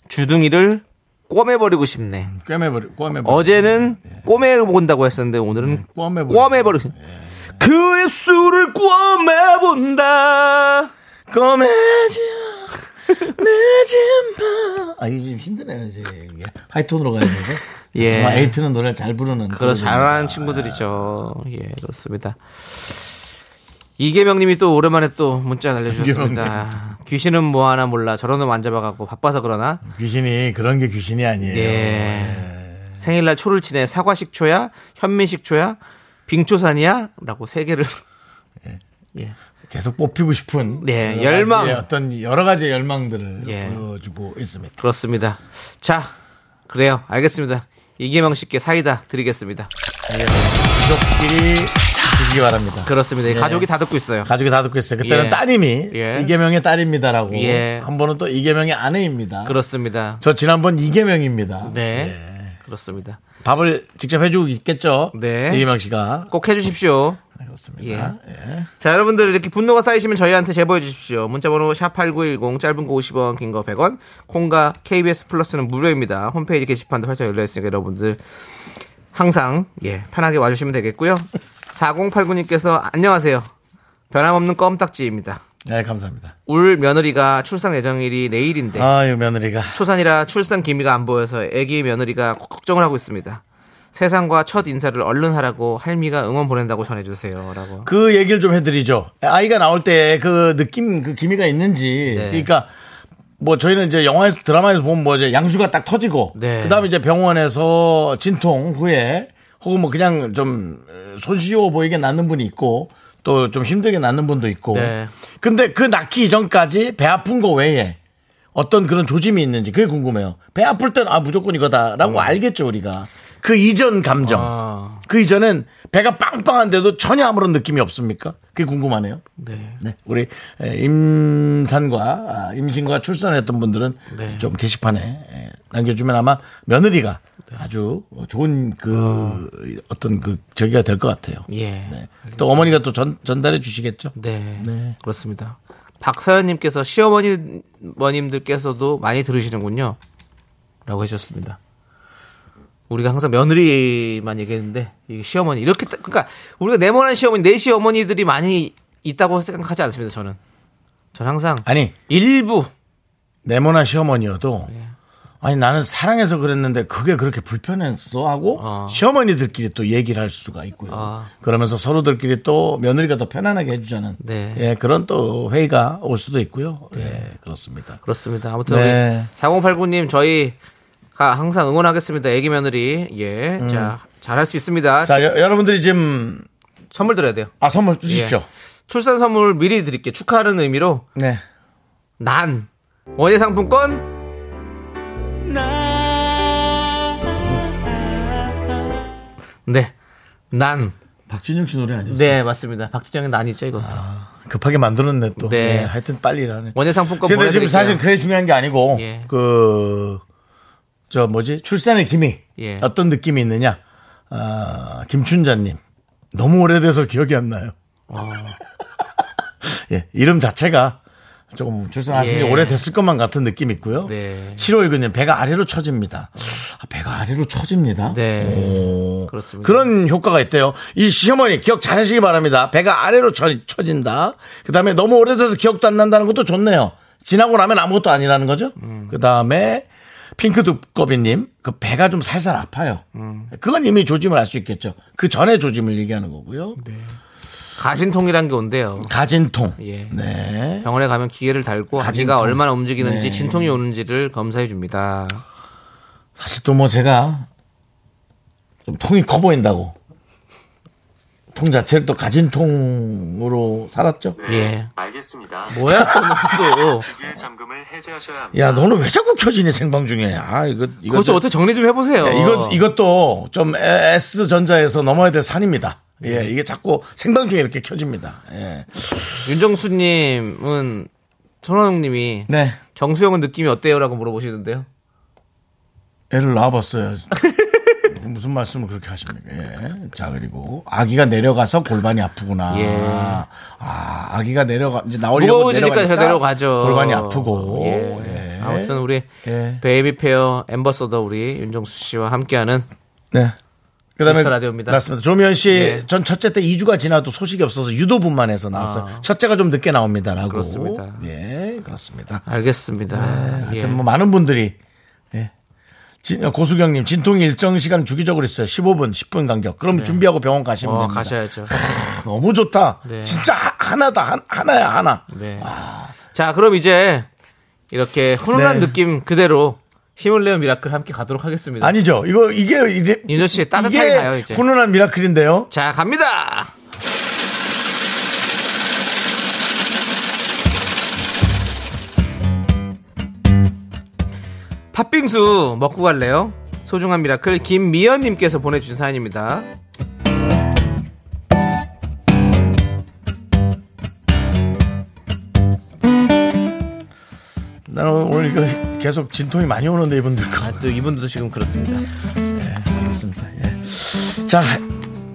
주둥이를 꼬매버리고 싶네. 꿰매버리 꿰매버리. 음. 어제는 꼬매 본다고 했었는데 오늘은 네, 꿰매버리. 꼬매버리고 싶네. 그 입술을 꼬매본다. 꼬매지 매지 마. 아 이게 지금 힘드네요 이제 이게 하이톤으로 가야 돼서. 예. 정말 에이트는 노래를 잘 부르는. 그걸 잘하는 친구. 친구들이죠. 예, 그렇습니다. 이계명님이 또 오랜만에 또 문자 날려주셨습니다. 귀신은 뭐 하나 몰라. 저런 놈 안 잡아갖고 바빠서 그러나. 귀신이 그런 게 귀신이 아니에요. 예. 생일날 초를 지내 사과식초야, 현미식초야, 빙초산이야라고 세 개를. 예. 계속 뽑히고 싶은 네, 여러 열망. 가지의 어떤 여러 가지 열망들을 예. 보여주고 있습니다. 그렇습니다. 자, 그래요. 알겠습니다. 이계명 씨께 사이다 드리겠습니다. 가족끼리 드시기 바랍니다. 네. 그렇습니다. 네. 가족이 다 듣고 있어요. 가족이 다 듣고 있어요. 그때는 예. 따님이 예. 이계명의 딸입니다라고 예. 한 번은 또 이계명의 아내입니다. 그렇습니다. 저 지난번 이계명입니다. 네. 예. 그렇습니다. 밥을 직접 해주고 있겠죠. 네. 이계명 씨가 꼭 해주십시오. 그렇습니다. 예. 자, 여러분들 이렇게 분노가 쌓이시면 저희한테 제보해 주십시오. 문자번호 샵8910, 짧은 거 50원, 긴 거 100원, 콩과 KBS 플러스는 무료입니다. 홈페이지 게시판도 활짝 열려있으니까 여러분들 항상, 예, 편하게 와주시면 되겠고요. 4089님께서 안녕하세요. 변함없는 껌딱지입니다. 네, 감사합니다. 울 며느리가 출산 예정일이 내일인데 아유 며느리가 초산이라 출산 기미가 안 보여서 애기 며느리가 걱정을 하고 있습니다. 세상과 첫 인사를 얼른 하라고 할미가 응원 보낸다고 전해주세요. 라고. 그 얘기를 좀 해드리죠. 아이가 나올 때 그 느낌, 그 기미가 있는지. 네. 그러니까 뭐 저희는 이제 영화에서 드라마에서 보면 뭐 이제 양수가 딱 터지고 네. 그다음에 이제 병원에서 진통 후에 혹은 뭐 그냥 좀 손쉬워 보이게 낫는 분이 있고 또 좀 힘들게 낫는 분도 있고. 네. 근데 그 낫기 이전까지 배 아픈 거 외에 어떤 그런 조짐이 있는지 그게 궁금해요. 배 아플 땐 아 무조건 이거다라고 음. 알겠죠 우리가. 그 이전 감정. 아. 그 이전엔 배가 빵빵한데도 전혀 아무런 느낌이 없습니까? 그게 궁금하네요. 네. 네, 우리 에, 임산과 아, 임신과 출산했던 분들은 네. 좀 게시판에 에, 남겨주면 아마 며느리가 네. 아주 좋은 그 어. 떤그 저기가 될 것 같아요. 예. 네. 또 어머니가 또 전, 전달해 주시겠죠. 네. 네. 그렇습니다. 박서연님께서 시어머니님들께서도 많이 들으시는군요. 라고 하셨습니다. 우리가 항상 며느리만 얘기했는데, 이 시어머니, 이렇게, 따- 그러니까 우리가 네모난 시어머니, 내 시어머니들이 많이 있다고 생각하지 않습니다, 저는. 저는 항상 아니 일부. 네모난 시어머니여도 예. 아니 나는 사랑해서 그랬는데 그게 그렇게 불편했어 하고 아. 시어머니들끼리 또 얘기를 할 수가 있고요. 그러면서 서로들끼리 또 며느리가 더 편안하게 해주자는 네. 예, 그런 또 회의가 올 수도 있고요. 예, 그렇습니다. 그렇습니다. 아무튼 네. 우리 4089님, 저희가 항상 응원하겠습니다. 애기 며느리. 예. 자, 잘할 수 있습니다. 자 여, 러분들이 지금 선물 드려야 돼요. 아 선물 예. 주십시오. 출산 선물 미리 드릴게요. 축하하는 의미로 네. 난 원예 상품권 네. 난. 박진영 씨 노래 아니었어요? 네, 맞습니다. 박지정의 난이죠, 이것도. 급하게 만들었네 또. 네. 네. 하여튼 빨리 일하네. 원예 상품권 근데 지금 보내드릴게요. 사실 그게 중요한 게 아니고 예. 그. 저 뭐지 출산의 기미 예. 어떤 느낌이 있느냐 아, 김춘자님 어. 너무 오래돼서 기억이 안 나요 예 이름 자체가 조금 출산하신 지 예. 오래됐을 것만 같은 느낌이 있고요. 네. 어. 7호이그님 배가 아래로 처집니다. 아, 배가 아래로 처집니다. 네. 오. 어, 그렇습니다. 그런 효과가 있대요. 이 시어머니 기억 잘하시기 바랍니다. 배가 아래로 처, 처진다. 그 다음에 너무 오래돼서 기억도 안 난다는 것도 좋네요. 지나고 나면 아무것도 아니라는 거죠. 그 다음에 핑크 두꺼비님 그 배가 좀 살살 아파요. 음. 그건 이미 조짐을 알 수 있겠죠. 그 전에 조짐을 얘기하는 거고요. 가신통이란 게 온대요. 가진통. 네. 예. 네. 병원에 가면 기계를 달고 아기가 가진통. 얼마나 움직이는지 네. 진통이 오는지를 검사해 줍니다. 사실 또 뭐 제가 좀 통이 커 보인다고 통 자체를 또 가진 통으로 살았죠. 예. 네, 알겠습니다. 뭐야? 또. 길 잠금을 해제하셔야 합니다. 야 너는 왜 자꾸 켜지니 생방 중에? 아 이거 이거 그것 좀 어떻게 정리 좀 해보세요. 야, 이거 이것도 좀 S 전자에서 넘어야 될 산입니다. 예 네. 이게 자꾸 생방 중에 이렇게 켜집니다. 예. 윤정수님은 손원웅님이 네 정수영은 느낌이 어때요?라고 물어보시는데요. 애를 낳아봤어요. 무슨 말씀을 그렇게 하십니까? 예. 자 그리고 아기가 내려가서 골반이 아프구나. 예. 아 아기가 내려가 이제 나오려고 무거워지니까 내려가니까 잘 내려가죠. 골반이 아프고. 예. 예. 아무튼 우리 예. 베이비 페어 엠버서더 우리 윤정수 씨와 함께하는 네. 그다음에 미스터 라디오입니다. 맞습니다. 조미연 씨, 예. 전 첫째 때 2주가 지나도 소식이 없어서 유도분만 해서 나왔어요. 첫째가 좀 늦게 나옵니다라고. 아. 그렇습니다. 예, 그렇습니다. 알겠습니다. 예. 하여튼 뭐 많은 분들이 예. 진- 고수경님 진통이 일정 시간 주기적으로 있어요. 15분, 10분 간격. 그럼 준비하고 병원 가시면 네. 어, 됩니다. 가셔야죠. 너무 좋다. 네. 진짜 하- 하나다 한- 하나야 하나. 네. 자, 그럼 이제 이렇게 훈훈한 아. 네. 느낌 그대로 힘을 내어 미라클 함께 가도록 하겠습니다. 아니죠. 이거 이게 이래, 윤조 씨 따뜻하게 이게 가요 이제. 훈훈한 미라클인데요. 자, 갑니다. 팥빙수 먹고 갈래요? 소중한 미라클 김미연님께서 보내주신 사연입니다. 나는 오늘 이거 계속 진통이 많이 오는데 이분들 거. 아, 또 이분들도 지금 그렇습니다. 그렇습니다. 예. 자,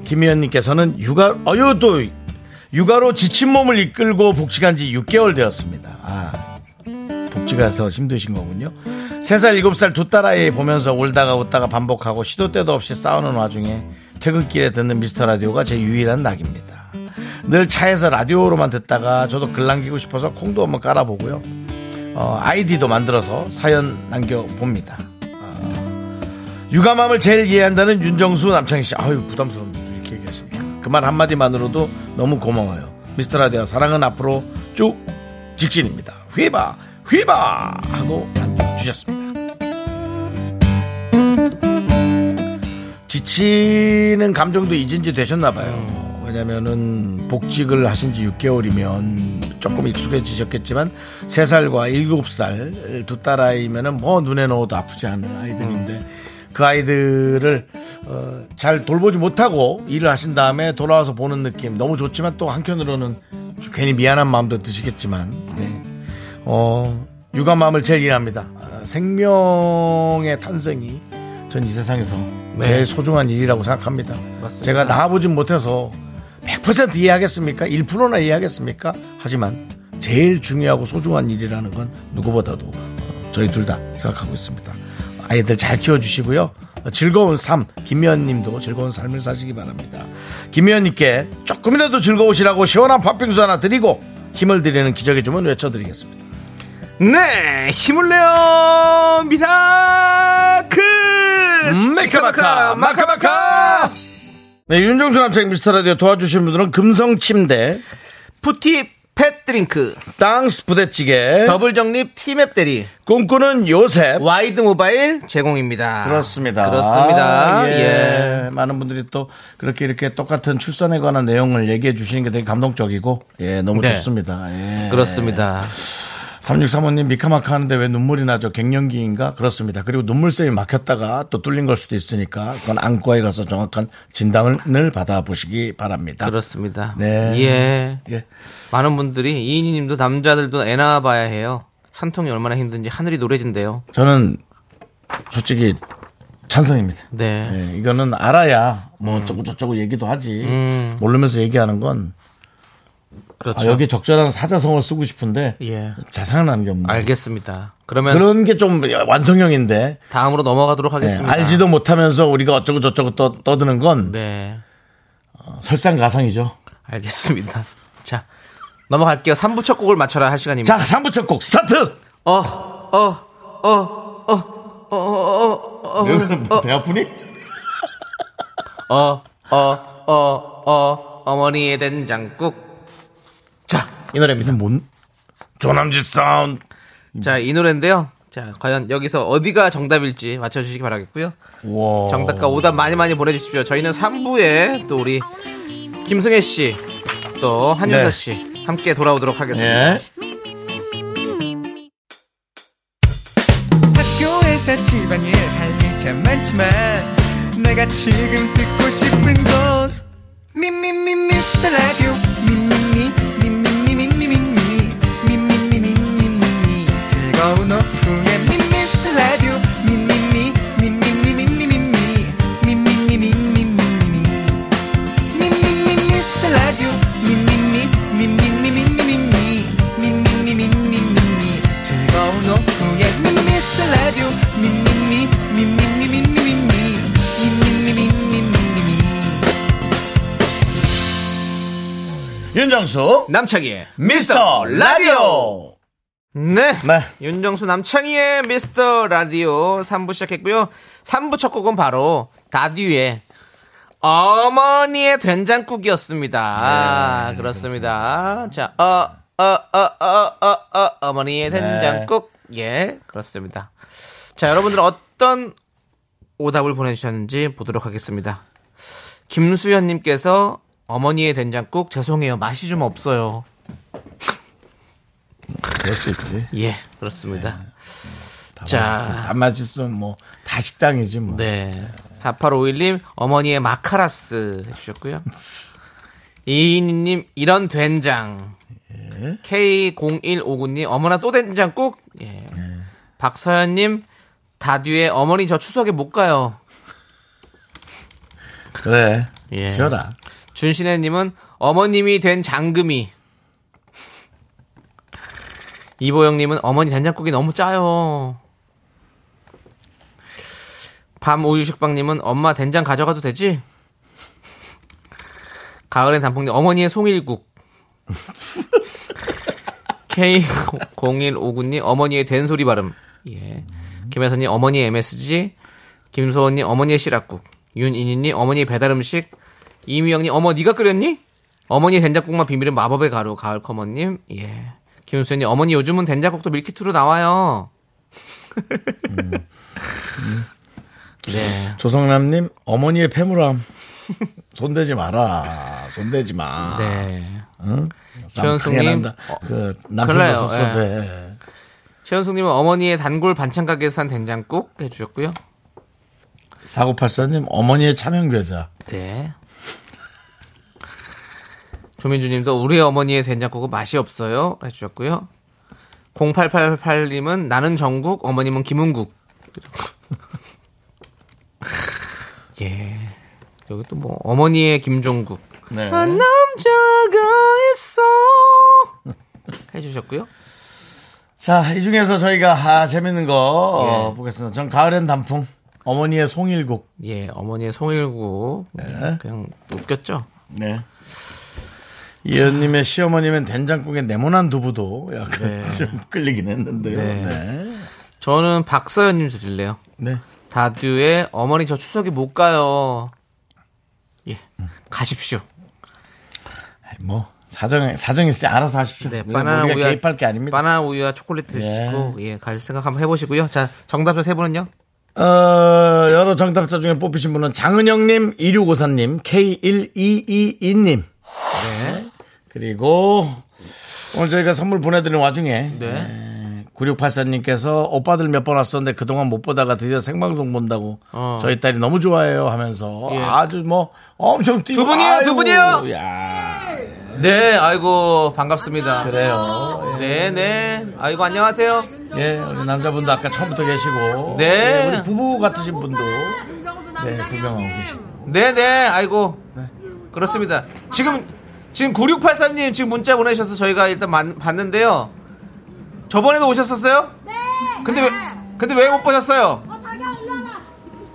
김희연님께서는 육아, 어유 또 육아로 지친 몸을 이끌고 복직한 지 6개월 되었습니다. 아, 복직해서 힘드신 거군요. 3살, 7살 두 딸아이 보면서 울다가 웃다가 반복하고 시도 때도 없이 싸우는 와중에 퇴근길에 듣는 미스터 라디오가 제 유일한 낙입니다. 늘 차에서 라디오로만 듣다가 저도 글 남기고 싶어서 콩도 한번 깔아보고요. 어, 아이디도 만들어서 사연 남겨봅니다. 육아맘을 제일 이해한다는 윤정수 남창희 씨. 아유 부담스럽네요. 이렇게 얘기하시니까. 그 말 한마디만으로도 너무 고마워요. 미스터 라디오 사랑은 앞으로 쭉 직진입니다. 휘바 휘바 하고 남겨주셨습니다. 지치는 감정도 잊은지 되셨나 봐요. 왜냐면은 복직을 하신 지 6개월이면 조금 익숙해지셨겠지만 3살과 7살 두 딸아이면은 뭐 눈에 넣어도 아프지 않은 아이들인데 그 아이들을 어, 잘 돌보지 못하고 일을 하신 다음에 돌아와서 보는 느낌 너무 좋지만 또 한켠으로는 좀 괜히 미안한 마음도 드시겠지만 네. 어, 육아 마음을 제일 이해합니다. 아, 생명의 탄생이 전 이 세상에서 제일 소중한 일이라고 생각합니다. 네. 맞습니다. 제가 낳아보진 못해서 100% 이해하겠습니까? 1%나 이해하겠습니까? 하지만 제일 중요하고 소중한 일이라는 건 누구보다도 어, 저희 둘 다 생각하고 있습니다. 아이들 잘 키워주시고요. 즐거운 삶, 김미연 님도 즐거운 삶을 사시기 바랍니다. 김미연 님께 조금이라도 즐거우시라고 시원한 팥빙수 하나 드리고 힘을 드리는 기적의 주문 외쳐드리겠습니다. 네, 힘을 내요 음. 미라클. 메카마카 마카마카 네, 윤정수 남창 미스터라디오 도와주신 분들은 금성침대 푸티 팻 드링크 땅스 부대찌개 더블 정립 티맵 대리 꿈꾸는 요셉 와이드 모바일 제공입니다. 그렇습니다. 그렇습니다. 예. 예. 많은 분들이 또 그렇게 이렇게 똑같은 출산에 관한 내용을 얘기해 주시는 게 되게 감동적이고, 예, 너무 네. 좋습니다. 예. 그렇습니다. 3635님 미카마카 하는데 왜 눈물이 나죠? 갱년기인가? 그렇습니다. 그리고 눈물샘이 막혔다가 또 뚫린 걸 수도 있으니까 그건 안과에 가서 정확한 진단을 받아보시기 바랍니다. 그렇습니다. 네. 예. 예. 많은 분들이 이인희 님도 남자들도 애 낳아봐야 해요. 산통이 얼마나 힘든지 하늘이 노래진대요. 저는 솔직히 찬성입니다. 네. 예, 이거는 음. 알아야 뭐 어쩌고 저쩌고 얘기도 하지 모르면서 얘기하는 건 그렇죠. 아, 여기 적절한 사자성어를 쓰고 싶은데 예. 잘 생각나는 게 없네. 알겠습니다. 그러면 그런 게 좀 완성형인데 다음으로 넘어가도록 네, 하겠습니다. 알지도 못하면서 우리가 어쩌고 저쩌고 떠, 떠드는 건 네. 설상가상이죠. 알겠습니다. 자, 넘어갈게요. 3부 첫 곡을 맞춰라 할 시간입니다. 자, 3부 첫 곡 스타트. 어, 어, 어, 어, 어, 어, 어, 어, 배 아프니? 어, 어, 어, 어, 어머니의 된장국. 자, 이 노래입니다. 뭔? 조남지 사운드. 뭐- 자, 이 노래인데요. 자, 과연 여기서 어디가 정답일지 맞춰주시기 바라겠고요. 와. 정답과 오답 많이 많이 보내주십시오. 저희는 3부에 또 우리 김승혜 씨, 또 한윤서 네. 씨 함께 돌아오도록 하겠습니다. 예. 학교에서 집안일 할 일 참 많지만 내가 지금 듣고 싶은 건 미미미 미스터 라디오 미미미 미미미 미미미 미미미 미미미 미미미 즐거운 오후에 미미스터 라디오 미미미 미미미 미미미 미미미 미미미 미미미 윤정수 남창희의 미스터 라디오. 네. 네. 윤정수 남창희의 미스터 라디오 3부 시작했고요. 3부 첫 곡은 바로 다듀의 어머니의 된장국이었습니다. 아, 그렇습니다. 자, 어, 어, 어, 어, 어, 어, 어머니의 된장국. 예, 그렇습니다. 자, 여러분들 어떤 오답을 보내주셨는지 보도록 하겠습니다. 김수현님께서 어머니의 된장국 죄송해요. 맛이 좀 없어요. 그럴 수 있지. 예, 그렇습니다. 자, 다 맛있으면 뭐다 식당이지 뭐. 네. 4851님, 어머니의 마카라스 해주셨고요. 이인님, 이런 된장. K0159님, 어머나 또 된장국? 예. 박서연님, 다듀의 어머니 저 추석에 못 가요. 그래. 예. 쉬어라. 준신혜님은 어머님이 된 장금이. 이보영님은 어머니 된장국이 너무 짜요. 밤 우유식빵님은 엄마 된장 가져가도 되지? 가을엔 단풍님 어머니의 송일국. K0159님 어머니의 된소리 발음. 예. 김혜선님 어머니의 MSG. 김소원님 어머니의 시락국. 윤인희님 어머니의 배달음식. 이미영님 어머 니가 끓였니? 어머니 된장국만 비밀은 마법의 가루 가을커머님 예 김수현님 어머니 요즘은 된장국도 밀키트로 나와요 네 조성남님 어머니의 패물함. 손대지 마라. 손대지 마. 네. 싸움 크게 최현숙님, 아. 난다. 어, 그 남편도 큰일나요. 예. 섭섭해. 최현숙님은 어머니의 단골 반찬 가게에서 산 된장국 해주셨고요 사고팔사님 어머니의 참여교자. 네 조민주님도 우리 어머니의 된장국은 맛이 없어요 해주셨고요 0888님은 나는 정국 어머님은 김은국 예 여기 또 뭐 어머니의 김종국 네. 한 남자가 있어 해주셨고요 자, 이 중에서 저희가 아, 재밌는 거 어, 보겠습니다. 전 가을엔 단풍, 어머니의 송일국. 예 어머니의 송일구 그냥 웃겼죠 네. 이현님의 시어머님은 된장국의 네모난 두부도 약간 네. 좀 끌리긴 했는데요. 네. 네. 저는 박서연님 드릴래요 네. 다듀의 어머니 저 추석에 못 가요 예 가십시오 아이, 뭐 사정 사정이 있으 알아서 하십시오. 네, 우리가 바나나 우리가 우유와 개입할 게 아닙니다. 바나나 우유와 초콜릿 드시고 예, 갈 생각 한번 해보시고요. 자, 정답자 세 분은요? 어, 여러 정답자 중에 뽑히신 분은 장은영님, 2654님, K1222님. 네. 그리고 오늘 저희가 선물 보내드리는 와중에 네. 9684님께서 오빠들 몇 번 왔었는데 그동안 못 보다가 드디어 생방송 본다고 어. 저희 딸이 너무 좋아해요 하면서 예. 아주 뭐 엄청 뛰고 두 분이에요, 두 아이고, 분이에요? 야, 네, 아이고 반갑습니다. 그래요. 네, 네. 아이고 안녕하세요. 예, 우리 남자분도 아까 처음부터 계시고 네. 예, 우리 부부 같으신 분도 네, 구경하고 계시고 네, 네. 아이고. 그렇습니다. 지금 지금 9683님 지금 문자 보내셔서 저희가 일단 만- 봤는데요. 저번에도 오셨었어요? 네. 근데 왜, 근데 왜 못 보셨어요? 아, 자기야, 일로 와봐.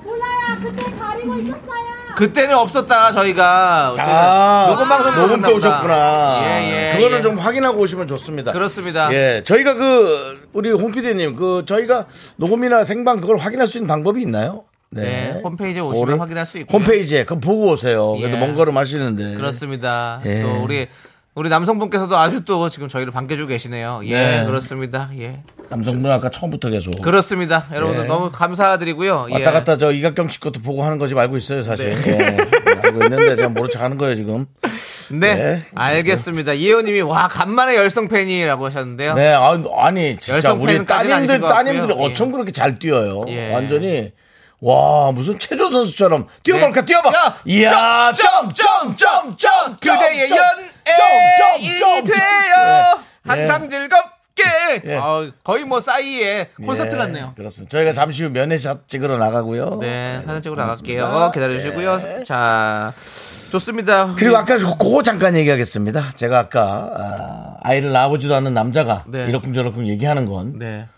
몰라요. 그때 가리고 있었어요. 그때는 없었다 저희가 아, 녹음 방송 녹음 때 오셨구나. 예, 예, 그거는 예. 좀 확인하고 오시면 좋습니다. 그렇습니다. 예, 저희가 그 우리 홍 PD님 그 저희가 녹음이나 생방 그걸 확인할 수 있는 방법이 있나요? 네, 홈페이지에 오시면 그거를 확인할 수 있고요. 홈페이지에 그 보고 오세요. 그래도 예. 먼 걸음 하시는데. 그렇습니다. 예. 또 우리 우리 남성분께서도 아주 또 지금 저희를 반겨주고 계시네요. 예, 네. 그렇습니다. 예, 남성분 아까 처음부터 계속 그렇습니다. 여러분들 예. 너무 감사드리고요. 예. 왔다 갔다 저 이각경 씨 것도 보고 하는 거지 알고 있어요 사실. 예. 알고 있는데 제가 모른 척 하는 거예요 지금. 네, 네. 알겠습니다. 이혜원님이 와 간만에 열성 팬이라고 하셨는데요. 네, 아, 아니 진짜 열성 우리 팬까지는 따님들 아니신 것 따님들이 같고요. 어쩜 예. 그렇게 잘 뛰어요. 예. 완전히 와 무슨 체조 선수처럼 뛰어볼까 네. 뛰어봐. 야, 이야 점, 점, 점점점점 점. 그대의 점, 점, 점, 점, 연애인이 점. 되어 예. 예. 항상 즐겁게 예. 어, 거의 뭐 싸이의 콘서트 예, 같네요. 그렇습니다. 저희가 잠시 후 면회샷 찍으러 나가고요. 네, 사진 찍으러 그렇습니다. 네. 나갈게요. 기다려주시고요. 자, 좋습니다. 그리고 아까 그- 그거 잠깐 얘기하겠습니다. 제가 아까 아, 이를 낳아보지도 않는 남자가 네. 이러쿵저러쿵 얘기하는 건 네.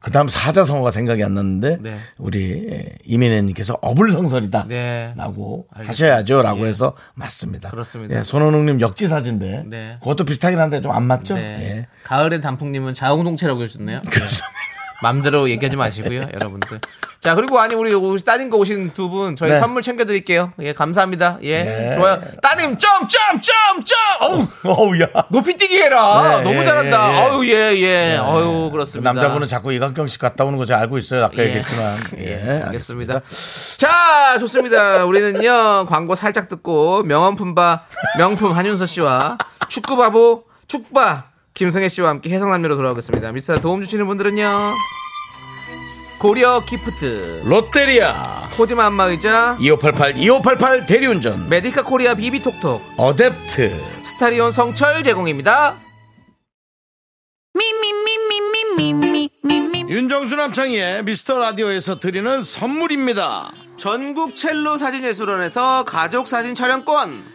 그 다음 사자성어가 생각이 안 났는데 네. 우리 예, 이민혜님께서 어불성설이다 네. 라고 알겠습니다. 하셔야죠라고 예. 해서 맞습니다. 그렇습니다. 예, 손원웅님 역지사진데 네. 그것도 비슷하긴 한데 좀 안 맞죠? 네. 예. 가을엔 단풍님은 자웅동체라고 해주셨네요. 맘대로 얘기하지 마시고요, 여러분들. 자, 그리고 아니, 우리, 우리 따님 거 오신 두 분, 저희 네. 선물 챙겨드릴게요. 예, 감사합니다. 예, 네. 좋아요. 따님, 점, 점, 점, 점! 어우, 어우야. 높이 뛰기 해라. 네, 너무 예, 잘한다. 예, 예. 어우, 예, 예. 어우, 그렇습니다. 남자분은 자꾸 이강경 씨 갔다 오는 거 제가 알고 있어요. 아까 예. 얘기했지만. 예, 예, 알겠습니다. 자, 좋습니다. 우리는요, 광고 살짝 듣고, 명언 품바, 명품 한윤서 씨와 축구바보, 축바, 김승혜 씨와 함께 해성남녀로 돌아오겠습니다. 미스터 도움 주시는 분들은요, 고려 기프트, 롯데리아 코지마 안마의자, 2588 2588 대리운전 메디카 코리아 비비톡톡, 어댑트 스타리온 성철 제공입니다. 윤정수 남창희의 미스터 라디오에서 드리는 선물입니다. 전국 첼로 사진예술원에서 가족 사진 촬영권,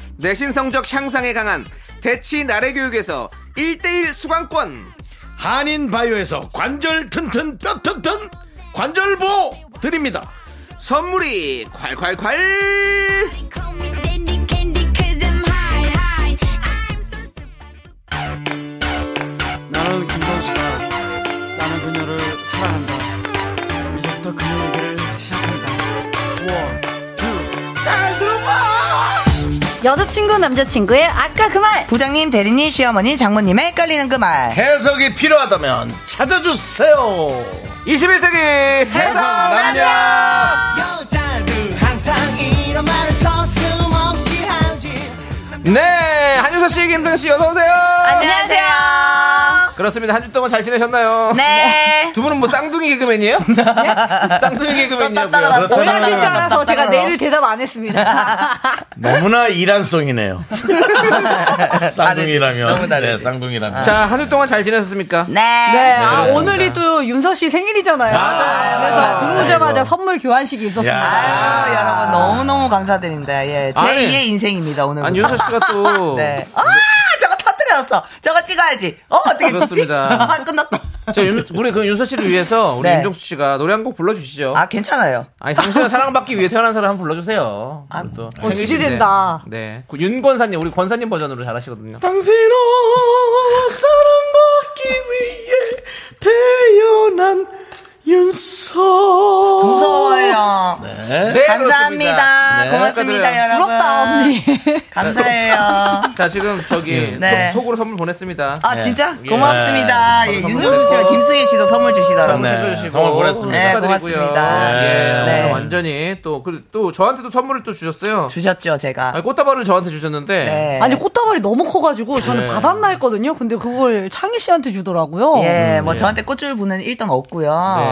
내신 성적 향상에 강한 대치 나래교육에서 1대1 수강권 한인 바이오에서 관절 튼튼 뼈 튼튼 관절보 드립니다. 선물이 콸콸콸 나는 김건수다. 나는 그녀를 사랑한다. 이제부터 그녀에게를 시작한다. 원, 투, 여자친구 남자친구의 아까 그 말 부장님 대리님 시어머니 장모님의 헷갈리는 그말 해석이 필요하다면 찾아주세요. 21세기 해성 남녀 여자들 항상 이런 말을 서슴없이 하지. 네 한유서 씨 김동 씨 어서 오세요 안녕하세요 그렇습니다 한 주 동안 잘 지내셨나요? 네 두 분은 뭐 쌍둥이 개그맨이에요? 쌍둥이 네. 개그맨이냐고요? 그렇다. 오해하실 네. 줄 알아서 제가 내일 대답 안 했습니다. 너무나 이란송이네요. 쌍둥이라면. 너무 다르지. 네, 쌍둥이라면. 자 한 주 동안 잘 지내셨습니까? 네, 네 아, 그렇습니다. 오늘이 또 윤서 씨 생일이잖아요. 그래서 들어오자마자 선물 교환식이 있었습니다. 아유 여러분 너무너무 감사드립니다 예 아니. 제2의 인생입니다 오늘 아니 윤서 씨가 또 네. 아 저거 터뜨렸어 저거 찍어야지 어 어떻게 찍지? 그렇습니다. 아 끝났다 자, 윤, 우리 그 윤서 씨를 위해서 우리 네. 윤종수 씨가 노래 한 곡 불러주시죠. 아 괜찮아요 아니 당신은 사랑받기 위해 태어난 사람 한 번 불러주세요. 아, 그리고 또 어, 생일이신데. 기대된다. 네, 그 윤권사님 우리 권사님 버전으로 잘하시거든요. 당신은 사랑받기 위해 태어난 윤서. 무서워요 네, 네, 감사합니다. 네. 그렇습니다. 네. 아, 고맙습니다, 축하드려요. 여러분. 부럽다, 언니. 감사해요. 자, 지금 저기 네. 좀 속으로 선물 보냈습니다. 아, 예. 진짜? 예. 고맙습니다. 예, 윤정수 씨랑 김승혜 씨도 선물 주시더라고요. 선물 네, 주시고 선물 보냈습니다. 네, 축하드리고요. 고맙습니다. 예, 네. 오늘 완전히 또, 그, 또 저한테도 선물을 또 주셨어요. 주셨죠, 제가. 아니, 꽃다발을 저한테 주셨는데. 네. 아니 꽃다발이 너무 커가지고 저는 예. 받았나 했거든요. 근데 그걸 창희 씨한테 주더라고요. 예, 뭐 예. 저한테 꽃줄 부는 일단 네. 없고요.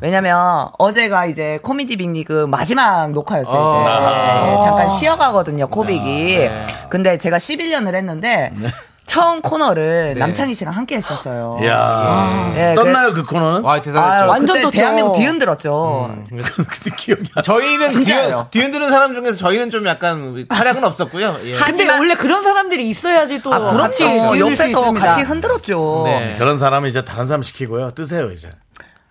왜냐면 어제가 이제 코미디 빅리그 마지막 녹화였어요. 이제. 아. 네, 잠깐 쉬어가거든요, 코빅이. 아, 네. 근데 제가 11년을 했는데 처음 코너를 네. 남창희 씨랑 함께 했었어요. 야 예, 떴나요 그 코너는? 와, 그래- 아유, 대단했죠. 음. 완전 그때 떴죠. 대한민국 뒤흔들었죠. 근데 기억이 안 저희는 진짜예요. 뒤흔, 뒤흔드는 사람 중에서 저희는 좀 약간 활약은 없었고요. 예. 네. 근데 하지만- 원래 그런 사람들이 있어야지 또 아, 같이 그럼요. 기울일 수 옆에서 있습니다. 같이 흔들었죠. 네. 그런 사람은 이제 다른 사람 시키고요. 뜨세요 이제.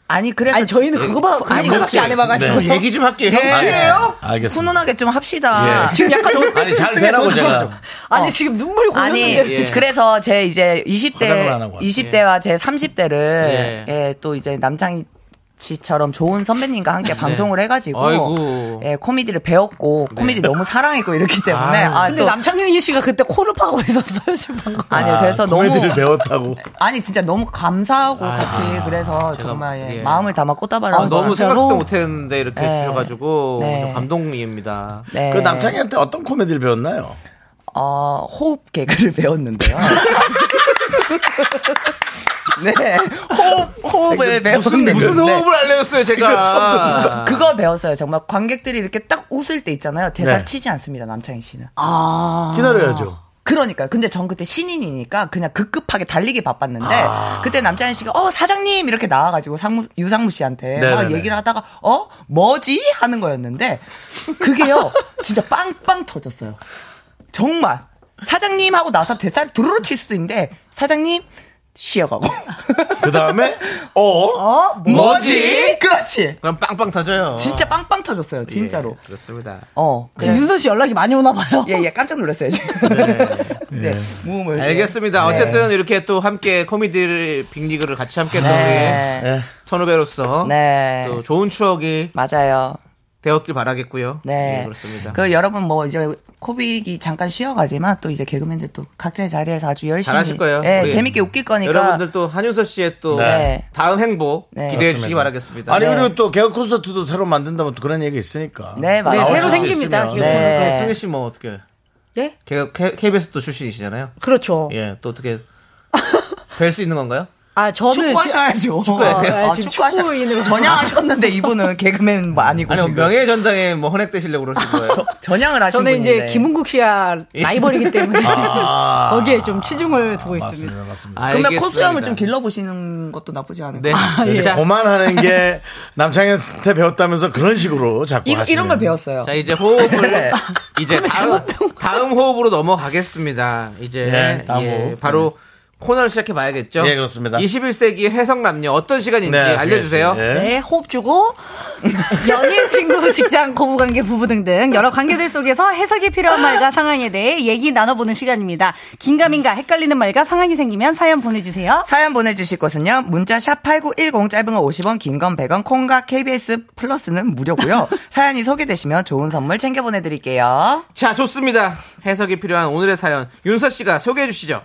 아니, 그래서. 아니 저희는 그거만 아니 그거밖에 안 해봐가지고 좀 얘기 좀 할게요. 네. 알겠어요. 알겠습니다. 훈훈하게 좀 합시다. 예. 지금 약간 좀 아니 잘 되라고 제가. 아니 지금 눈물이 아니 고였는데 예. 그래서 제 이제 화장을 안 하고 20대 왔어요. 20대와 제 30대를 예. 예. 또 이제 남창희 씨처럼 좋은 선배님과 네. 함께 방송을 해가지고 아이고. 예, 코미디를 배웠고 코미디 너무 사랑했고 이렇기 때문에 아유. 아, 근데 또- 남창희 씨가 그때 코를 파고 있었어요 지금 방금. 아니요 그래서 너무 코미디를 배웠다고. 아니 진짜 너무 감사하고 아, 같이 그래서 제가- 정말 예, 예. 마음을 담아 꽃다발을 아, 한번 너무 진짜로. 생각지도 못했는데 이렇게 네. 주셔가지고 네. 좀 감동입니다. 네. 그 남창희한테 어떤 코미디를 배웠나요? 어, 호흡 개그를 배웠는데요. 네, 호흡 호흡을 배웠는데 네. 아. 무슨 호흡을 알려줬어요 제가. 그걸 배웠어요. 정말 관객들이 이렇게 딱 웃을 때 있잖아요. 대사 네. 를 치지 않습니다. 남창희 씨는. 기다려야죠. 그러니까요. 근데 전 그때 신인이니까 그냥 급급하게 달리기 바빴는데 그때 남창희 씨가 어 사장님 이렇게 나와가지고 상무 유상무 씨한테 막 네네네. 얘기를 하다가 어 뭐지 하는 거였는데 그게요 진짜 빵빵 터졌어요. 정말 사장님 하고 나서 대사를 두루루 칠 수도 있는데 사장님 쉬어가고 그 다음에 어 어 뭐지? 그렇지. 그럼 빵빵 터져요. 진짜 빵빵 터졌어요. 예, 진짜로. 그렇습니다. 어. 지금 윤서 씨 연락이 많이 오나 봐요. 예, 예, 깜짝 놀랐어요, 지금. 네. 무음을. 네. 알겠습니다. 어쨌든 이렇게 또 함께 코미디를 빅리그를 같이 함께 했던 네. 우리 선후배로서 네. 또 좋은 추억이 맞아요. 되었길 바라겠고요. 네. 예, 그렇습니다. 그 여러분 뭐 이제 코빅이 잠깐 쉬어가지만 또 이제 개그맨들 또 각자의 자리에서 아주 열심히. 잘하실 거예요. 예, 우리 재밌게 웃길 거니까. 여러분들 또 한윤서 씨의 또 네. 다음 행복 그러니까 네. 기대해 주시기 바라겠습니다. 아니 그리고 또 개그 콘서트도 새로 만든다면 또 그런 얘기 있으니까. 네, 맞아요. 네, 나오실 새로 수 생깁니다. 있으면. 기억으로. 네. 그럼 승희 씨 뭐 어떻게? 네? 걔가 K- KBS 또 출신이시잖아요. 어. 그렇죠. 예, 또 어떻게 뵐 수 있는 건가요? 아 저는 축구하셔야죠. 축구해야 돼요? 아, 아, 지금 축구하셔. 축구인으로. 전향하셨는데 이분은 개그맨 뭐 아니고. 아니 뭐 지금. 명예 전당에 뭐 헌액 되시려고 그러신 거예요? 전향을 하신 저는 분인데. 이제 김은국 씨와 예. 라이벌이기 때문에 아. 거기에 좀 치중을 두고 있습니다. 맞습니다, 맞습니다. 그러면 알겠습니다. 코스염을 좀 길러보시는 것도 나쁘지 않을 것 네. 같아요. 예. 자, 고만하는 게 남창현한테 배웠다면서 그런 식으로 자꾸 이- 하시는 이런 걸 배웠어요. 자 이제 호흡을 이제 다음, 다음 호흡으로 넘어가겠습니다. 이제 네, 다음 예, 호흡. 바로 코너를 시작해 봐야겠죠. 예, 그렇습니다. 21세기 해석 남녀 어떤 시간인지 네, 알려주세요. 예. 네, 호흡 주고 연인, 친구, 직장, 고부관계, 부부 등등 여러 관계들 속에서 해석이 필요한 말과 상황에 대해 얘기 나눠보는 시간입니다. 긴가민가 헷갈리는 말과 상황이 생기면 사연 보내주세요. 사연 보내주실 것은요. 문자 샵 8910 짧은 거 50원 긴 건 100원 콩과 KBS 플러스는 무료고요. 사연이 소개되시면 좋은 선물 챙겨 보내드릴게요. 자 좋습니다. 해석이 필요한 오늘의 사연 윤서 씨가 소개해 주시죠.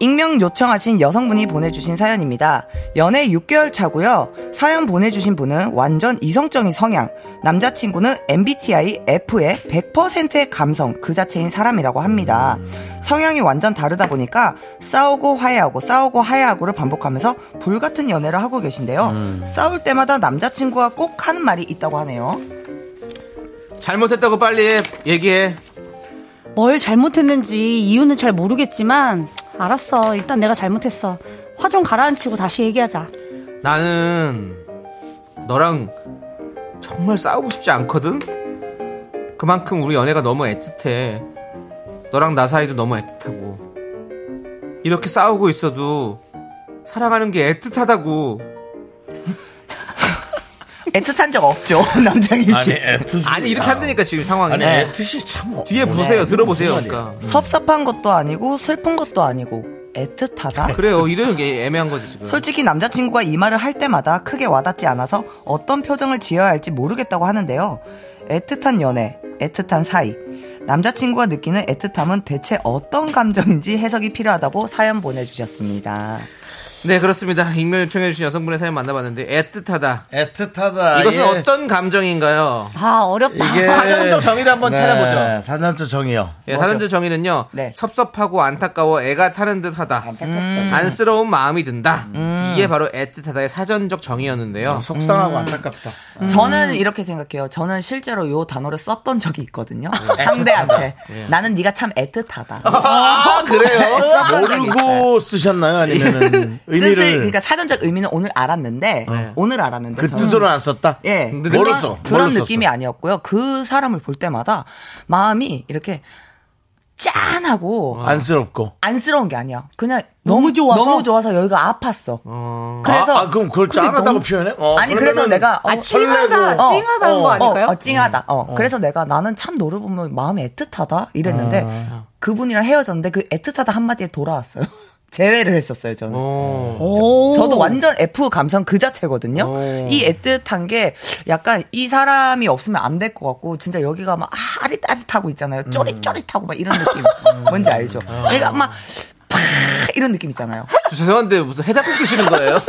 익명 요청하신 여성분이 보내주신 사연입니다. 연애 6개월 차고요. 사연 보내주신 분은 완전 이성적인 성향, 남자친구는 MBTI F의 100%의 감성 그 자체인 사람이라고 합니다. 성향이 완전 다르다 보니까 싸우고 화해하고 싸우고 화해하고를 반복하면서 불같은 연애를 하고 계신데요. 싸울 때마다 남자친구가 꼭 하는 말이 있다고 하네요. 잘못했다고 빨리 얘기해. 뭘 잘못했는지 이유는 잘 모르겠지만 알았어. 일단 내가 잘못했어. 화 좀 가라앉히고 다시 얘기하자. 나는 너랑 정말 싸우고 싶지 않거든? 그만큼 우리 연애가 너무 애틋해. 너랑 나 사이도 너무 애틋하고. 이렇게 싸우고 있어도 사랑하는 게 애틋하다고. 애틋한 적 없죠, 남장희 씨. 아니 애뜻 아니, 이렇게 한다니까 지금 상황이. 아니 네. 애뜻이 참뭐 뒤에 보세요. 들어보세요. 그러니까. 섭섭한 것도 아니고 슬픈 것도 아니고 애틋하다. 그래요. 이런 게 애매한 거지 지금. 솔직히 남자친구가 이 말을 할 때마다 크게 와닿지 않아서 어떤 표정을 지어야 할지 모르겠다고 하는데요. 애틋한 연애, 애틋한 사이. 남자친구가 느끼는 애틋함은 대체 어떤 감정인지 해석이 필요하다고 사연 보내주셨습니다. 네 그렇습니다. 익명 요청해 주신 여성분의 사연 만나봤는데 애틋하다. 애틋하다. 이것은 예. 어떤 감정인가요? 아 어렵다. 이게- 사전적 정의를 한번 찾아보죠. 네, 사전적 정의요. 예, 사전적 정의는요. 네. 섭섭하고 안타까워 애가 타는 듯하다. 음. 안쓰러운 마음이 든다. 이게 바로 애틋하다의 사전적 정의였는데요. 속상하고 안타깝다. 음. 저는 이렇게 생각해요. 저는 실제로 요 단어를 썼던 적이 있거든요. 네, 상대한테. 예. 나는 네가 참 애틋하다. 아, 그래요? 썼던 적이 모르고 쓰셨나요? 아니면 뜻을 의미를 그러니까 사전적 의미는 오늘 알았는데 네. 오늘 알았는데 그 저는- 뜻으로 안 썼다? 그렇죠. 예 모르겠어. 그런- 모르겠어. 그런 느낌이 아니었고요 그 사람을 볼 때마다 마음이 이렇게 짠하고 아. 어. 안쓰럽고. 안쓰러운 게 아니야 그냥 음, 너무 좋아서? 너무 좋아서 여기가 아팠어 그래서 아, 아, 그럼 그걸 근데 짠하다고 너무- 표현해? 어, 아니 그래서 그러면은 내가 아, 찡하다, 설레고. 찡하다는 거 아닐까요? 어, 어, 찡하다. 어. 어. 그래서 내가 나는 참 너를 보면 마음이 애틋하다 이랬는데 아. 그분이랑 헤어졌는데 그 애틋하다 한마디에 돌아왔어요. 재회를 했었어요 저는. 오. 저도 완전 F 감성 그 자체거든요. 오. 이 애틋한 게 약간 이 사람이 없으면 안 될 것 같고 진짜 여기가 막 아, 아릿아릿하고 있잖아요. 쪼릿쪼릿하고 막 이런 느낌. 뭔지 알죠? 얘가 막 팍! 이런 느낌 있잖아요. 저 죄송한데 무슨 해장국 드시는 거예요?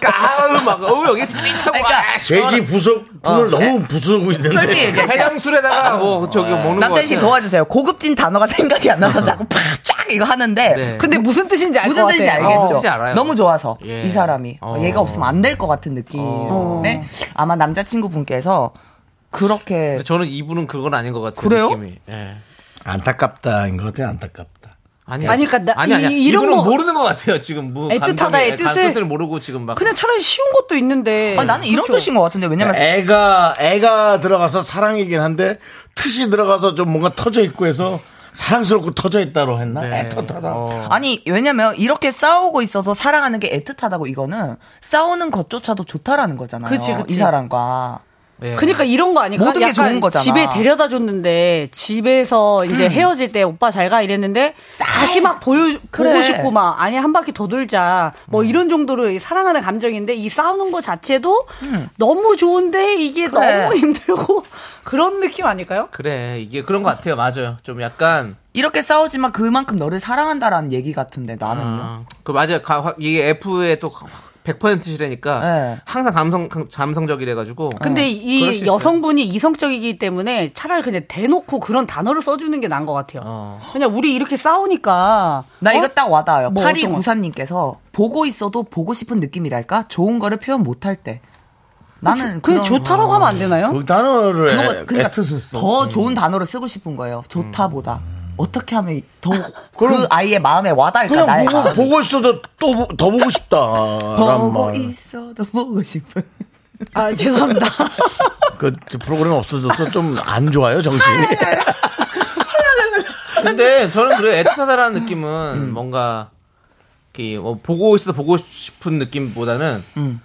까우 막 어우 여기 짜릿하고 그러니까 아, 시원하다. 돼지 부속, 품을 어, 예. 너무 부수고 있는데. 솔직히 얘기해. 그러니까 해장술에다가 뭐 저기 어. 먹는 거 남자인 씨 같아요. 도와주세요. 고급진 단어가 생각이 안 나서 자꾸 팍쫙 이거 하는데 네. 근데 무슨 뜻인지 알 무슨 것 뜻인지 같아요. 알겠죠. 어. 뜻인지 알아요. 너무 좋아서 예. 이 사람이 어. 얘가 없으면 안 될 것 같은 느낌에 네? 아마 남자친구 분께서 그렇게 근데 저는 이분은 그건 아닌 것 같아요. 그래요? 느낌이. 예. 안타깝다인 것 같아, 안타깝다. 아니 아니, 그러니까 나- 아니 아니 이- 이런 이분은 거- 모르는 것 같아요 지금 뭐 애틋하다의 감정이- 뜻을- 뜻을 모르고 지금 막 그냥 차라리 쉬운 것도 있는데. 아, 나는 이런 그렇죠. 뜻인 것 같은데 왜냐면 애가, 애가 들어가서 사랑이긴 한데, 뜻이 들어가서 좀 뭔가 터져 있고 해서 사랑스럽고 터져 있다로 했나? 네. 애틋하다. 어. 아니 왜냐면 이렇게 싸우고 있어서 사랑하는 게 애틋하다고 이거는 싸우는 것조차도 좋다라는 거잖아요. 그치, 그치. 이 사람과 예. 그러니까 이런 거 아닐까? 모든 게 약간 좋은 거잖아. 음. 집에 데려다 줬는데 집에서 이제 헤어질 때 오빠 잘 가 이랬는데 다시 막 보여 그래. 음. 보고 싶고 막 아니 한 바퀴 더 돌자 뭐 이런 정도로 이 사랑하는 감정인데 이 싸우는 거 자체도 너무 좋은데 이게 음. 그래. 너무 힘들고 그런 느낌 아닐까요? 그래 이게 그런 것 같아요 맞아요 좀 약간 이렇게 싸우지만 그만큼 너를 사랑한다라는 얘기 같은데 나는요. 음. 아, 그 맞아요 가- 확- 이게 F에 또 100%시라니까 네. 항상 감성 감성적이래 가지고 근데 그럴 수 이 있어요. 여성분이 이성적이기 때문에 차라리 그냥 대놓고 그런 단어를 써주는 게 나은 것 같아요. 어. 그냥 우리 이렇게 싸우니까 나 어? 이거 딱 와닿아요. 뭐 파리 어떤 거? 구사님께서 보고 있어도 보고 싶은 느낌이랄까 좋은 거를 표현 못할 때 나는 그 그런- 좋다라고 하면 안 되나요? 그 단어를 그거 애, 그러니까 애틋을 써. 음. 더 좋은 단어를 쓰고 싶은 거예요. 좋다보다 어떻게 하면 더 그 음. 그럼- 아이의 마음에 와닿을까 그냥 나의 보고, 마음이. 보고 있어도 또, 보- 더 보고 싶다. 란 보고 말. 있어도 보고 싶은. 아 죄송합니다. 그 프로그램 없어져서 좀 안 좋아요, 정신이. 근데 저는 그래 애틋하다라는 느낌은 음. 뭔가 이렇게 뭐 보고 있어도 보고 싶은 느낌보다는 음.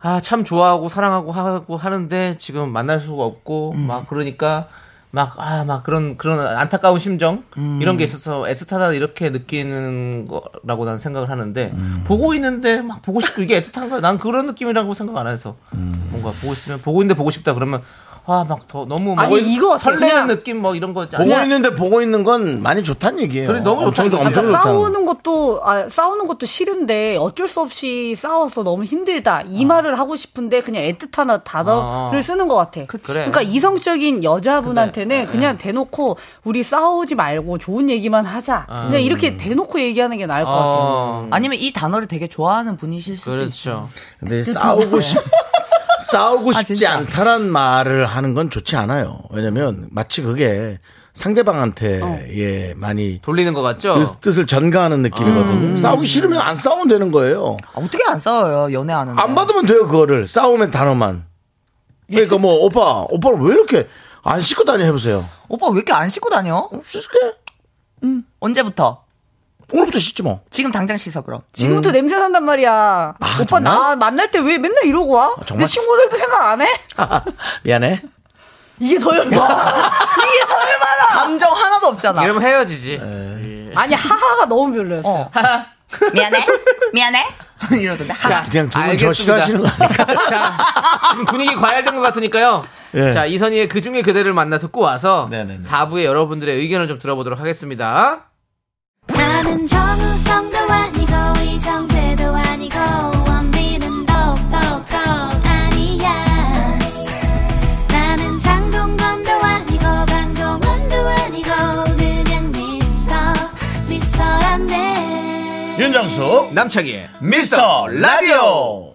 아 참 좋아하고 사랑하고 하고 하는데 지금 만날 수가 없고 음. 막 그러니까 막 아 막 그런 그런 안타까운 심정 음. 이런 게 있어서 애틋하다 이렇게 느끼는 거라고 난 생각을 하는데 음. 보고 있는데 막 보고 싶고 이게 애틋한가 난 그런 느낌이라고 생각 안 해서 음. 뭔가 보고 있으면 보고 있는데 보고 싶다 그러면 아 막 더 너무 막 아니, 이거 설레는 그냥- 느낌 뭐 이런 거지 보고 있는데 보고 있는 건 많이 좋다는 얘기예요. 그래, 너무 엄청 좋다, 엄청 좋다. 좋다. 싸우는 것도 아, 싸우는 것도 싫은데 어쩔 수 없이 싸워서 너무 힘들다 이 말을 하고 싶은데 그냥 애틋한 단어를 아. 쓰는 것 같아. 그 그래. 러니까 이성적인 여자분한테는 그냥 대놓고 우리 싸우지 말고 좋은 얘기만 하자. 그냥 이렇게 대놓고 얘기하는 게 나을 것 같아. 어, 아니면 이 단어를 되게 좋아하는 분이실 수도 있어요. 그렇죠. 근데 싸우고 싶 싸우고 아, 싶지 진짜. 않다란 말을 하는 건 좋지 않아요. 왜냐면 마치 그게 상대방한테 어. 예 많이 돌리는 것 같죠? 그 뜻을 전가하는 느낌이거든요. 음. 싸우기 싫으면 안 싸우면 되는 거예요. 아, 어떻게 안 싸워요 연애하는데? 아, 뭐. 안 받으면 돼요 그거를 싸우면 단어만. 그러니까 뭐 오빠 오빠는 왜 이렇게 안 씻고 다니 해보세요. 오빠 왜 이렇게 안 씻고 다녀? 씻을게. 언제부터? 오늘부터 씻지 뭐. 지금 당장 씻어 그럼. 지금부터 냄새 난단 말이야. 아, 오빠 정말? 나 만날 때 왜 맨날 이러고 와? 정말? 예. 내 친구들도 생각 안 해? 미안해. 이게 더 열받아. 이게 더 열받아. 감정 하나도 없잖아. 네. 이러면 헤어지지. 예. 아니 하하가 너무 별로였어. 요 미안해? 미안해? 이러던데. 자, 그냥 두분저 알겠습니다. 싫어하시는 거 아니에요? 자, 지금 분위기 과열된 것 같으니까요. 예. 자, 이선희의 그 중에 그대를 만나 듣고 와서 네네네. 4부에 여러분들의 의견을 좀 들어보도록 하겠습니다. 나는 정우성도 아니고 이정재도 아니고 원빈은 더욱더 아니야 나는 장동건도 아니고 강동원도 아니고 그냥 미스터 미스터란데 윤정수 남창희의 미스터 라디오.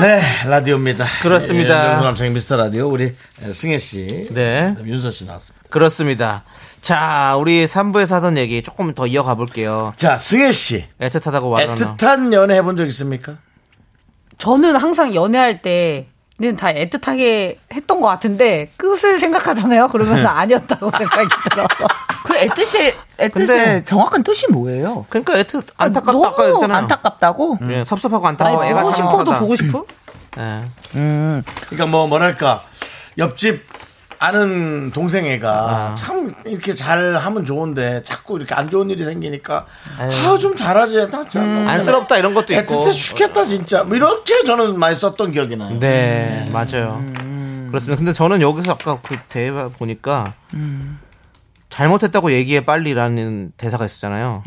네, 라디오입니다. 그렇습니다. 예, 윤정수 남창희 미스터 라디오 우리 승혜 씨, 네. 윤서 씨 나왔습니다. 그렇습니다. 자, 우리 3부에서 하던 얘기 조금 더 이어가 볼게요. 자, 승혜 씨, 애틋하다고 말하나. 애틋한 연애 해본 적 있습니까? 저는 항상 연애할 때는 다 애틋하게 했던 것 같은데 끝을 생각하잖아요. 그러면 아니었다고 생각이 들어서. 그 애뜻이, 애뜻의 근데- 정확한 뜻이 뭐예요? 그러니까 애틋 안타깝다 아까 너무 했잖아요. 안타깝다고? 예, 섭섭하고 안타까워. 아니 애가 보고 싶어도 참하다. 보고 싶어? 예. 그러니까 뭐 뭐랄까 옆집 아는 동생 애가 참 이렇게 잘 하면 좋은데 자꾸 이렇게 안 좋은 일이 생기니까 아좀 잘하지 나 참. 너무 음. 안쓰럽다 이런 것도 있고. 애틋해 죽겠다 진짜 뭐 이렇게 저는 많이 썼던 기억이 나요. 네, 맞아요. 그렇습니다. 근데 저는 여기서 아까 그 대화 보니까 음. 잘못했다고 얘기해 빨리라는 대사가 있었잖아요.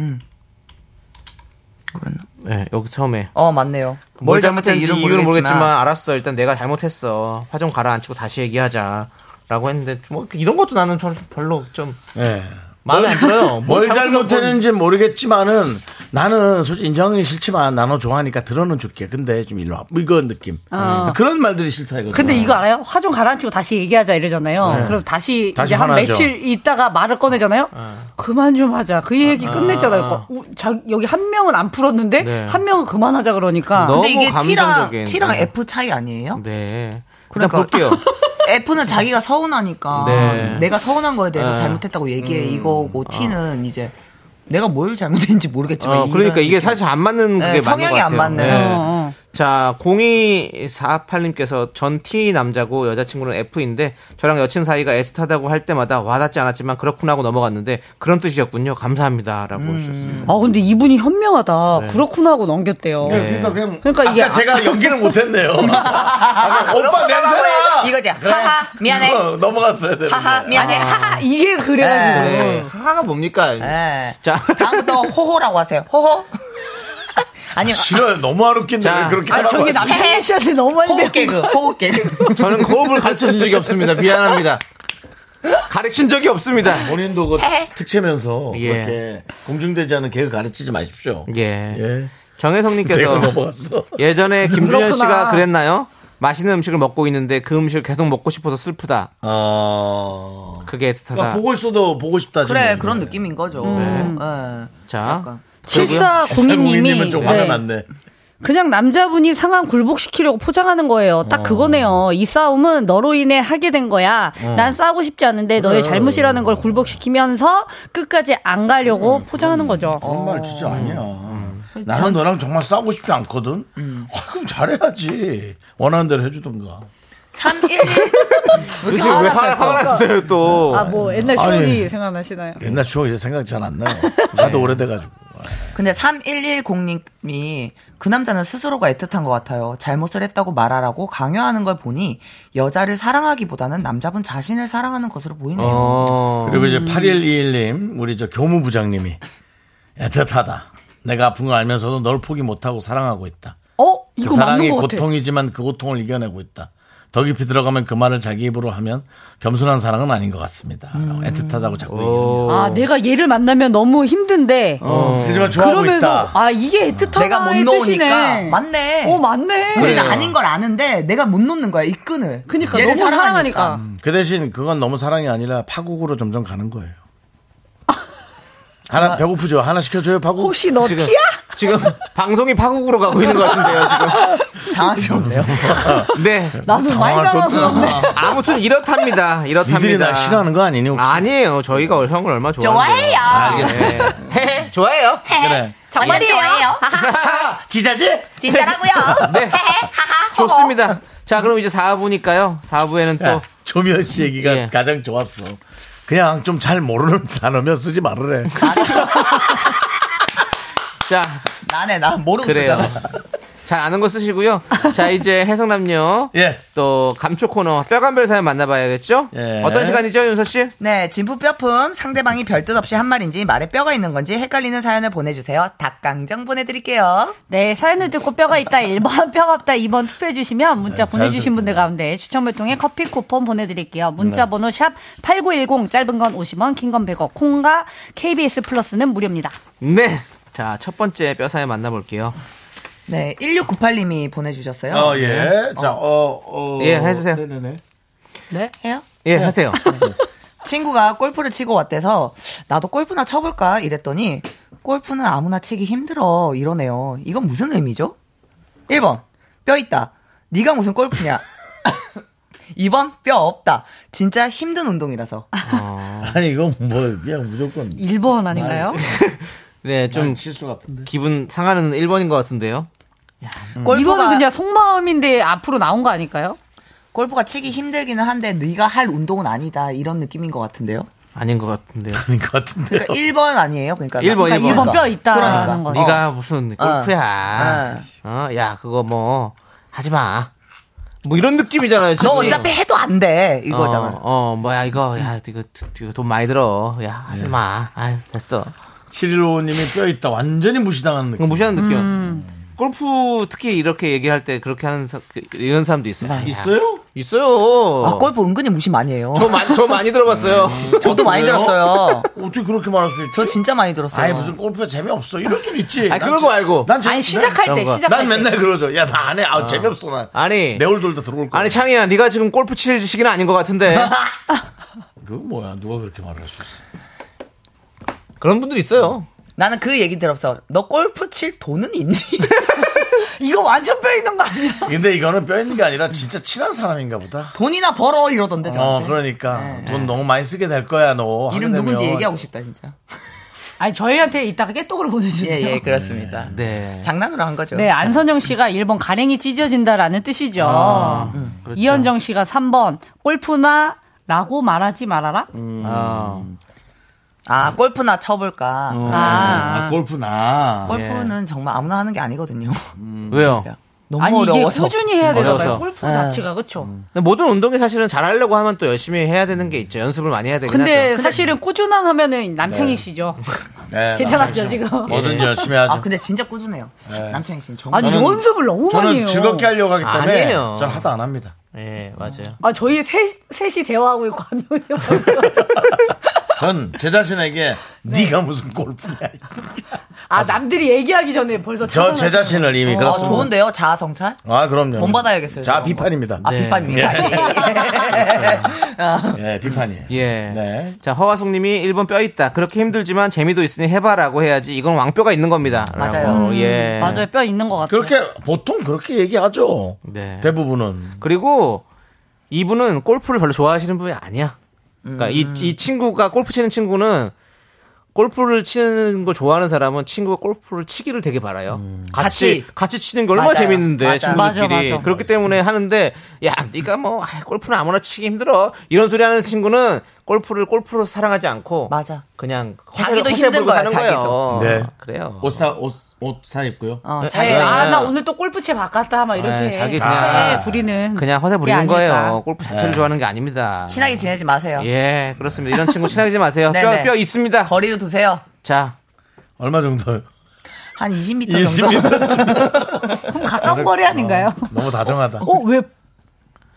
그랬나? 네, 여기 처음에 어, 맞네요. 뭘 잘못했는지 이유는 이유는 모르겠지만, 알았어. 일단 내가 잘못했어. 화 좀 가라앉히고 다시 얘기하자. 라고 했는데 뭐 이런 것도 나는 별- 별로 좀 예. 마음에 안 들어요. 뭐 뭘 잘못한 건- 잘못했는지 모르겠지만은 나는 솔직히 인정이 싫지만 나눠 좋아하니까 들어는 줄게. 근데 좀 일로 와. 뭐 이런 느낌. 음, 어. 그런 말들이 싫다 이거죠. 음. 근데 이거 알아요? 화 좀 가라앉히고 다시 얘기하자 이러잖아요. 그럼 다시, 네. 다시 이제 한 화나죠. 네. 며칠 있다가 말을 꺼내잖아요. 그만 좀 하자. 그 얘기 끝냈잖아요. 우- 자- 여기 한 명은 안 풀었는데 네. 한 명은 그만하자 그러니까. 너무 근데 이게 감정적인. T랑, T랑 네. F 차이 아니에요? 네. 그러니까- 일단 볼게요. F는 자기가 서운하니까 네. 내가 서운한 거에 대해서 네. 잘못했다고 얘기해 이거고 T는 이제 내가 뭘 잘못했는지 모르겠지만 어, 그러니까 이거는 이게 사실 안 맞는 네, 그게 맞는 것 성향이 같아요. 안 맞네요. 네. 어, 어. 자, 0248님께서 전 T 남자고 여자친구는 F인데 저랑 여친 사이가 애틋하다고 할 때마다 와닿지 않았지만 그렇구나 하고 넘어갔는데 그런 뜻이었군요. 감사합니다. 라고 해주셨습니다. 아 근데 이분이 현명하다. 그렇구나 하고 넘겼대요. 네, 그러니까 그냥 그러니까 이게 네. 아까 제가 연기를 못했네요. 아까 오빠 냄새나 이거지. 하하, 미안해. 이거 넘어갔어야 되는데. 하하 미안해 하하 아, 이게 그래가지고 네. 하가 뭡니까? 네. 자. 다음부터 호호라고 하세요 호호 아니 싫어요. 너무 아롭긴데 자. 왜 그렇게 아, 하라고 저게 하지? 남창희 씨한테 너무 많이 호흡 배운 개그 호흡 개그 저는 호흡을 가르쳐 준 적이 없습니다. 미안합니다. 가르친 적이 없습니다. 본인도 그 특채면서 예. 그렇게 공중되지 않은 개그 가르치지 마십시오. 예. 예. 뭐 대고 정혜성님께서 넘어갔어. 예전에 김준현 그렇구나. 씨가 그랬나요? 맛있는 음식을 먹고 있는데 그 음식을 계속 먹고 싶어서 슬프다. 어. 그게 그러니까 애틋하다. 보고 있어도 보고 싶다. 그래 지금. 그런 느낌인 거죠 네. 자, 약간. 칠사 공인님은 공인님이 좀 화가 났네. 그냥 남자분이 상황 굴복시키려고 포장하는 거예요. 어. 딱 그거네요. 이 싸움은 너로 인해 하게 된 거야. 어. 난 싸우고 싶지 않은데 너의 잘못이라는 걸 굴복시키면서 끝까지 안 가려고 음. 포장하는 거죠. 그런 말 진짜 아니야. 나는 너랑 정말 싸우고 싶지 않거든. 음. 아, 그럼 잘해야지. 원하는 대로 해주던가. 311 왜 이렇게 요즘 왜 화가 화가 났어요 또? 아, 뭐 옛날 아니. 쇼리 생각나시나요? 옛날 추억 이제 생각이 잘 안 나요. 네. 나도 오래돼가지고. 근데 3110님이 그 남자는 스스로가 애틋한 것 같아요. 잘못을 했다고 말하라고 강요하는 걸 보니 여자를 사랑하기보다는 남자분 자신을 사랑하는 것으로 보이네요. 뭐. 어. 그리고 이제 8121님, 우리 저 교무부장님이 애틋하다. 내가 아픈 걸 알면서도 널 포기 못하고 사랑하고 있다. 어? 그 이거 사랑이 맞는 것 같아. 고통이지만 그 고통을 이겨내고 있다. 더 깊이 들어가면 그 말을 자기 입으로 하면 겸손한 사랑은 아닌 것 같습니다. 음. 애틋하다고 자꾸 얘기해요. 네. 아, 내가 얘를 만나면 너무 힘든데. 하지만 어, 좋아하고 어. 그러면서 있다. 아 이게 애틋하다 내가 못 놓으니까 맞네. 어 맞네. 우리는 아닌 걸 아는데 내가 못 놓는 거야 이 끈을. 그러니까 얘를 너무 사랑하니까. 그 대신 그건 너무 사랑이 아니라 파국으로 점점 가는 거예요. 하나 배고프죠? 하나 시켜줘요 파국. 아. 혹시 너 지금 티야? 지금 방송이 파국으로 가고 있는 것 같은데요 당황스럽네요. 지금. 네. 나도 많이 당황할 것도 당하고 아무튼 이렇답니다. 이렇답니다. 니들이 날 싫어하는 거 아니니? 혹시? 아니에요. 저희가 형을 얼마 좋아해요. 좋아해요. 헤헤, 좋아해요. 그래. 정말이에요. 지자지? 진짜라고요. 네. 좋습니다. 자, 그럼 이제 4부니까요. 4부에는 또 네. 야, 조미연 씨 얘기가 예. 가장 좋았어. 그냥 좀 잘 모르는 단어면 쓰지 말으래. 자, 나네 나 모르고 그래요. 쓰잖아. 잘 아는 거 쓰시고요. 자, 이제 해성남녀. 예. 또 감초 코너 뼈간별 사연 만나봐야겠죠? 예. 어떤 시간이죠, 윤서 씨? 네, 진품 뼈품 상대방이 별뜻 없이 한 말인지 말에 뼈가 있는 건지 헷갈리는 사연을 보내주세요. 닭강정 보내드릴게요. 네, 사연을 듣고 뼈가 있다 1번, 뼈가 없다 2번 투표해주시면 문자 네, 보내주신 자연스럽게. 네. 분들 가운데 추첨을 통해 커피 쿠폰 보내드릴게요. 문자 번호 샵 8910, 짧은 건 50원, 긴 건 100원, 콩과 KBS 플러스는 무료입니다. 네. 자, 첫 번째 뼈 사연 만나볼게요. 네, 1698님이 보내주셨어요. 어, 예. 자, 어, 어. 예, 해주세요. 네네네. 네, 해요? 예, 하세요. 친구가 골프를 치고 왔대서 나도 골프나 쳐볼까 이랬더니 골프는 아무나 치기 힘들어 이러네요. 이건 무슨 의미죠? 1번 뼈 있다. 네가 무슨 골프냐? 2번 뼈 없다. 진짜 힘든 운동이라서. 아, 아니, 이건 뭐, 그냥 무조건. 1번 아닌가요? 네, 좀 좀 실수 같은데. 기분 상하는 1번인 것 같은데요. 이거는 음. 골프가 그냥 속마음인데 앞으로 나온 거 아닐까요? 골프가 치기 힘들기는 한데 네가 할 운동은 아니다 이런 느낌인 것 같은데요. 아닌 것 같은데요. 아닌 것 같은데. 그러니까 1번 아니에요. 그러니까 일 번, 그러니까 일 번. 일 번. 1번 뼈 있다라는 그러니까. 거죠. 네가 무슨 어. 골프야. 어, 야, 그거 뭐 하지 마. 뭐 이런 느낌이잖아요, 지금. 너 어차피 해도 안 돼. 이거잖아. 어, 어, 뭐야 이거 야 이거, 이거 돈 많이 들어. 야 예. 하지 마. 아 됐어. 715님이 뼈 있다. 완전히 무시당하는 이거 느낌. 그러니까 무시하는 느낌. 음. 골프 특히 이렇게 얘기할 때 그렇게 하는 사, 그- 이런 사람도 있어요. 네. 야, 있어요? 있어요. 아, 골프 은근히 무시 많이 해요. 저 많이 저 많이 들어봤어요. 저도 많이 들었어요. 어떻게 그렇게 말할 수 있지? 저 진짜 많이 들었어요. 아니, 무슨 골프가 재미없어. 이럴 수는 있지. 아니, 뭐 난 그런 지- 거 말고. 난 재- 아니, 시작할 때, 그런 거. 시작할 난 때. 맨날 그러죠. 야, 나 안 해. 아, 재미없어, 나. 아니 내 얼굴도 들어올 거야. 아니 창희야, 네가 지금 골프 칠 시기는 아닌 것 같은데 그거 뭐야. 누가 그렇게 말할 수 있어. 그런 분들 있어요. 나는 그 얘기 들었어. 너 골프 칠 돈은 있니? 이거 완전 뼈 있는 거 아니야? 근데 이거는 뼈 있는 게 아니라 진짜 친한 사람인가 보다. 돈이나 벌어 이러던데 어, 저한테. 그러니까. 돈 너무 많이 쓰게 될 거야, 너. 하게 네. 이름 누군지 되면. 얘기하고 싶다 진짜. 아니, 저희한테 이따가 깨똑으로 보내주세요. 예예 그렇습니다. 네. 장난으로 한 거죠. 그렇죠. 그렇죠? 네, 안선영 씨가 1번 가랭이 찢어진다라는 뜻이죠. 아, 음. 그렇죠. 이현정 씨가 3번 골프나 라고 말하지 말아라. 음. 어. 아 골프나 쳐볼까. 어, 예. 아. 아, 골프나. 골프는 정말 아무나 하는 게 아니거든요. 왜요? 너무 아니 이게 어려워서. 꾸준히 해야 되나 봐요. 어려워서. 음. 골프 자체가 그렇죠. 근데 모든 운동이 사실은 잘하려고 하면 또 열심히 해야 되는 게 있죠. 연습을 많이 해야 되긴 근데 하죠. 사실은 꾸준한 하면은 남창희 씨죠. 네, 괜찮았죠 지금. 뭐든지 열심히 하죠. 아 근데 진짜 꾸준해요. 예. 남창희 씨는 정말. 아니 연습을 너무 저는 많이 해요. 즐겁게 하려고 하기 때문에 아니에요. 저는 하다 안 합니다. 예, 맞아요. 아 저희 셋, 셋이 대화하고 있고 한 명이 전 제 자신에게 네. 가 무슨 골프냐. 아 남들이 얘기하기 전에 벌써 저 차단하시- 제 자신을 이미 아, 예, 그렇습니다. 좋은데요 자아 성찰. 아, 그럼요. 본받아야겠어요, 자, 저런 거. 비판입니다. 아 비판입니다. 예, 비판이에요. 예. 네. 자, 허화숙 님이 1번 뼈 있다. 그렇게 힘들지만 재미도 있으니 해봐라고 해야지. 이건 왕뼈가 있는 겁니다. 라고. 맞아요. 예. 음, 맞아요 뼈 있는 것 같아요. 그렇게 보통 그렇게 얘기하죠. 네. 대부분은. 그리고 이분은 골프를 별로 좋아하시는 분이 아니야. 그러니까 음. 이, 이 친구가 골프 치는 친구는 골프를 치는 거 좋아하는 사람은 친구가 골프를 치기를 되게 바라요. 같이 같이. 같이 치는 게 얼마나 맞아요. 재밌는데 맞아요. 친구들끼리 맞아, 맞아. 그렇기 때문에 하는데 야 네가 뭐 아이, 골프는 아무나 치기 힘들어 이런 소리 하는 친구는 골프를 골프로 사랑하지 않고 맞아. 그냥 자기도 허세- 허세 힘든 부리고 거예요, 사는 자기도. 네. 그래요. 옷 사, 옷, 옷 사 입고요. 어, 자기 아 나 오늘 또 골프채 바꿨다 막 이렇게 네, 자기 그냥- 아, 부리는 그냥 허세 게 부리는 거예요. 아닐까. 골프 자체를 좋아하는 게 아닙니다. 친하게 지내지 마세요. 예, 그렇습니다. 이런 친구 친하게 지 마세요. 네, 뼈, 네. 뼈 있습니다. 거리를 두세요. 자, 얼마 정도요? 한 20m 정도. 20m 정도. 그럼 가까운 거리 아닌가요? 너무 다정하다. 어 왜?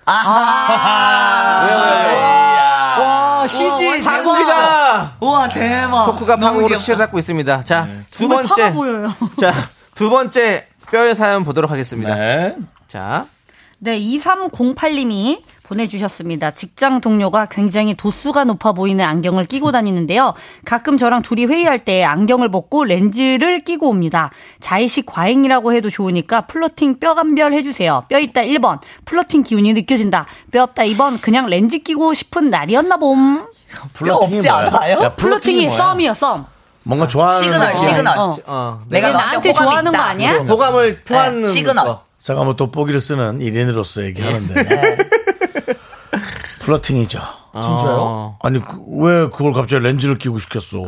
아. 어. 와 CG 대박. 방울이다! 우와 대박. 토크가 너무 방울로 귀엽다. 치닫고 있습니다. 자, 두 정말 번째. 파가 보여요. 자, 두 번째 뼈의 사연 보도록 하겠습니다. 네. 자, 네, 2308님이 보내주셨습니다. 직장 동료가 굉장히 도수가 높아 보이는 안경을 끼고 다니는데요. 가끔 저랑 둘이 회의할 때 안경을 벗고 렌즈를 끼고 옵니다. 자의식 과잉이라고 해도 좋으니까 플러팅 뼈 감별 해주세요. 뼈 있다 1번, 플러팅 기운이 느껴진다. 뼈 없다 2번, 그냥 렌즈 끼고 싶은 날이었나 봄. 뼈 없지 않아요? 야, 플러팅이 뭐야? 썸이요, 썸. 뭔가 좋아하는 시그널, 느낌. 시그널. 어. 어, 내가 이게 너한테 나한테 호감이 좋아하는 있다. 거 아니야? 호감을 표하는 네, 시그널. 거. 뭐 예. 잠깐만 돋보기를 쓰는 일인으로서 얘기하는데. 플러팅이죠. 네. 아. 진짜요? 아니 그- 왜 그걸 갑자기 렌즈를 끼고 시켰어?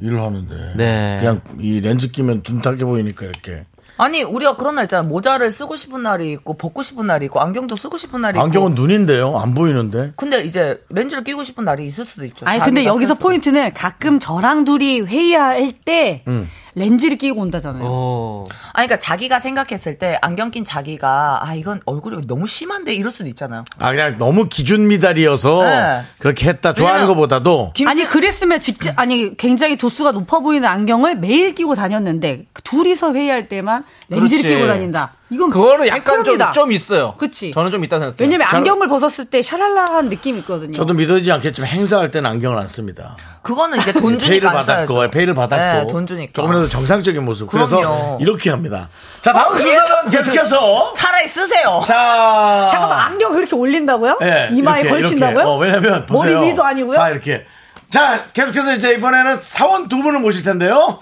일을 하는데. 아. 네. 그냥 이 렌즈 끼면 둔탁해 보이니까 이렇게. 아니 우리가 그런 날 있잖아 모자를 쓰고 싶은 날이 있고 벗고 싶은 날이 있고 안경도 쓰고 싶은 날이 있고 안경은 눈인데요. 안 보이는데. 근데 이제 렌즈를 끼고 싶은 날이 있을 수도 있죠 아니 자기가 근데 여기서 스스로. 포인트는 가끔 저랑 둘이 회의할 때 음. 렌즈를 끼고 온다잖아요. 아니 그러니까 자기가 생각했을 때 안경 낀 자기가 아 이건 얼굴이 너무 심한데 이럴 수도 있잖아요 아 그냥 너무 기준 미달이어서 네. 그렇게 했다 좋아하는 왜냐면- 것보다도 아니 그랬으면 직접 아니 굉장히 도수가 높아 보이는 안경을 매일 끼고 다녔는데 그 둘이서 회의할 때만 렌즈를 그렇지. 끼고 다닌다. 이건 그거는 약간 좀, 백합니다. 좀 있어요. 그치. 저는 좀 있다 생각해요. 왜냐면 잘- 안경을 벗었을 때 샤랄라한 느낌이 있거든요. 저도 믿어지지 않겠지만 행사할 때는 안경을 안 씁니다. 그거는 이제 돈 페이를 주니까 안 써야죠. 받았고 예, 페이를 받았고 네, 돈 주니까 조금이라도 정상적인 모습. 그래서 그럼요. 이렇게 합니다. 자 다음 어, 순서는 그래요? 어. 계속해서 차라리 쓰세요 자 잠깐만 안경 왜 이렇게 올린다고요? 예, 이마에 아. 이렇게, 걸친다고요? 이렇게. 어, 왜냐면 머리 보세요. 위도 아니고요. 아 이렇게. 자 계속해서 이제 이번에는 사원 두 분을 모실 텐데요.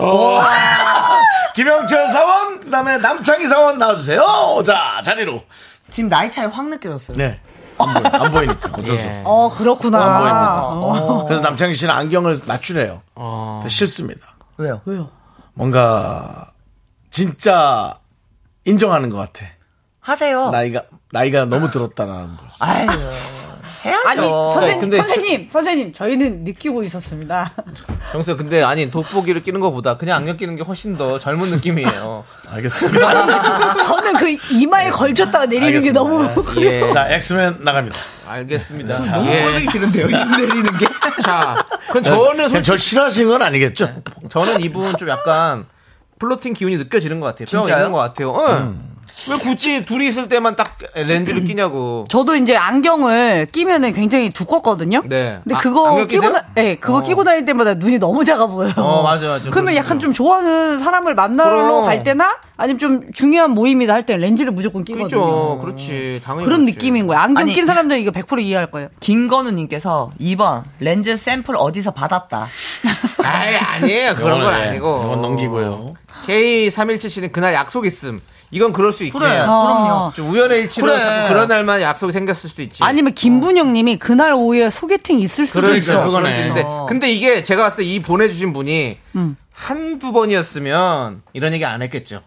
어, 김영철 사원 그다음에 남창희 사원 나와주세요. 자 자리로. 지금 나이 차이 확 느껴졌어요 네. 안, 보이, 안 보이니까 예. 어쩔 수 없어. 어 그렇구나. 안 보입니다. 어. 그래서 남창희 씨는 안경을 맞추래요. 근데 싫습니다. 왜요? 왜요? 뭔가 진짜 인정하는 것 같아. 하세요 나이가 나이가 너무 들었다라는 거. 아유 해야죠 아니 선생님 어, 네, 근데 선생님 선생님 저희는 느끼고 있었습니다. 정수 근데 아니 돋보기를 끼는 것보다 그냥 안경 끼는 게 훨씬 더 젊은 느낌이에요. 알겠습니다. 저는 그 이마에 걸쳤다가 내리는 게 네. 너무 예. 자 엑스맨 나갑니다. 알겠습니다. 너무 꼴보기 싫은데요 이 내리는 게 자, 그럼 저는 솔직히 네, 저 네, 싫어하시는 건 아니겠죠? 저는 이분 좀 약간 플로팅 기운이 느껴지는 것 같아요. 뼈가 진짜요? 있는 것 같아요. 응. 왜 굳이 둘이 있을 때만 딱 렌즈를 끼냐고. 저도 이제 안경을 끼면은 굉장히 두껍거든요. 네. 근데 아, 그거 안경 끼고 끼세요? 나, 네, 그거 어. 끼고 다닐 때마다 눈이 너무 작아 보여요. 어, 맞아, 맞아. 그럴 그러면 수 약간 있어요. 좀 좋아하는 사람을 만나러 그럼. 갈 때나 아니면 좀 중요한 모임이다 할 때 렌즈를 무조건 끼거든요. 그렇죠. 그렇지. 네. 당연히. 그런 그렇지. 느낌인 거야. 안경 아니, 낀 사람들 이거 100% 이해할 거예요. 김건우님께서 2번 렌즈 샘플 어디서 받았다. 아이, 아니에요. 그런 건 이거는, 예, 아니고. 이건 넘기고요. K317 씨는 그날 약속 있음. 이건 그럴 수 있고. 그래, 그럼요. 좀 우연의 일치로 그래. 자꾸 그런 날만 약속이 생겼을 수도 있지. 아니면 김분영님이 그날 오후에 소개팅 있을 수도 있어. 어. 그데 그렇죠. 근데 이게 제가 봤을 때 이 보내주신 분이 음. 한두 번이었으면 이런 얘기 안 했겠죠.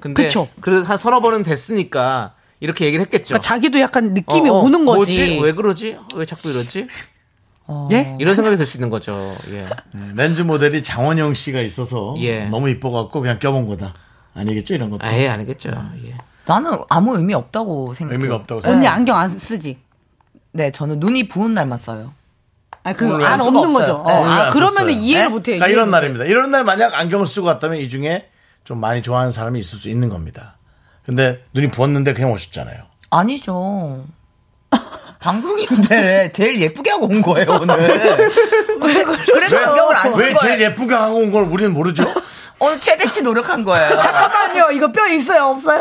근데 그쵸. 그래도 한 서너 번은 됐으니까 이렇게 얘기를 했겠죠. 그러니까 자기도 약간 느낌이 어, 어, 오는 거지. 뭐지? 왜 그러지? 왜 자꾸 이러지? 예? 이런 생각이 들 수 있는 거죠. 예. 네, 렌즈 모델이 장원영 씨가 있어서 예. 너무 이뻐갖고 그냥 껴본 거다. 아니겠죠 이런 것도 아예 아니겠죠. 예. 나는 아무 의미 없다고 생각해요. 그 의미가 어, 없다고 생각. 언니 안경 안 쓰지. 네, 저는 눈이 부은 날만 써요. 아니 오늘 그안 알 수가 없는 없어요. 거죠. 어, 네. 오늘 아, 안 그러면은 썼어요. 이해를 네? 못해. 그러니까 이런 날입니다. 이런 날 만약 안경을 쓰고 왔다면 이 중에 좀 많이 좋아하는 사람이 있을 수 있는 겁니다. 근데 눈이 부었는데 그냥 오셨잖아요. 아니죠. 방송인데 제일 예쁘게 하고 온 거예요 오늘. 그래서 안경을 안 쓴 왜 제일 거예요. 예쁘게 하고 온 걸 우리는 모르죠? 오늘 최대치 노력한 거예요. 잠깐만요. 이거 뼈 있어요? 없어요?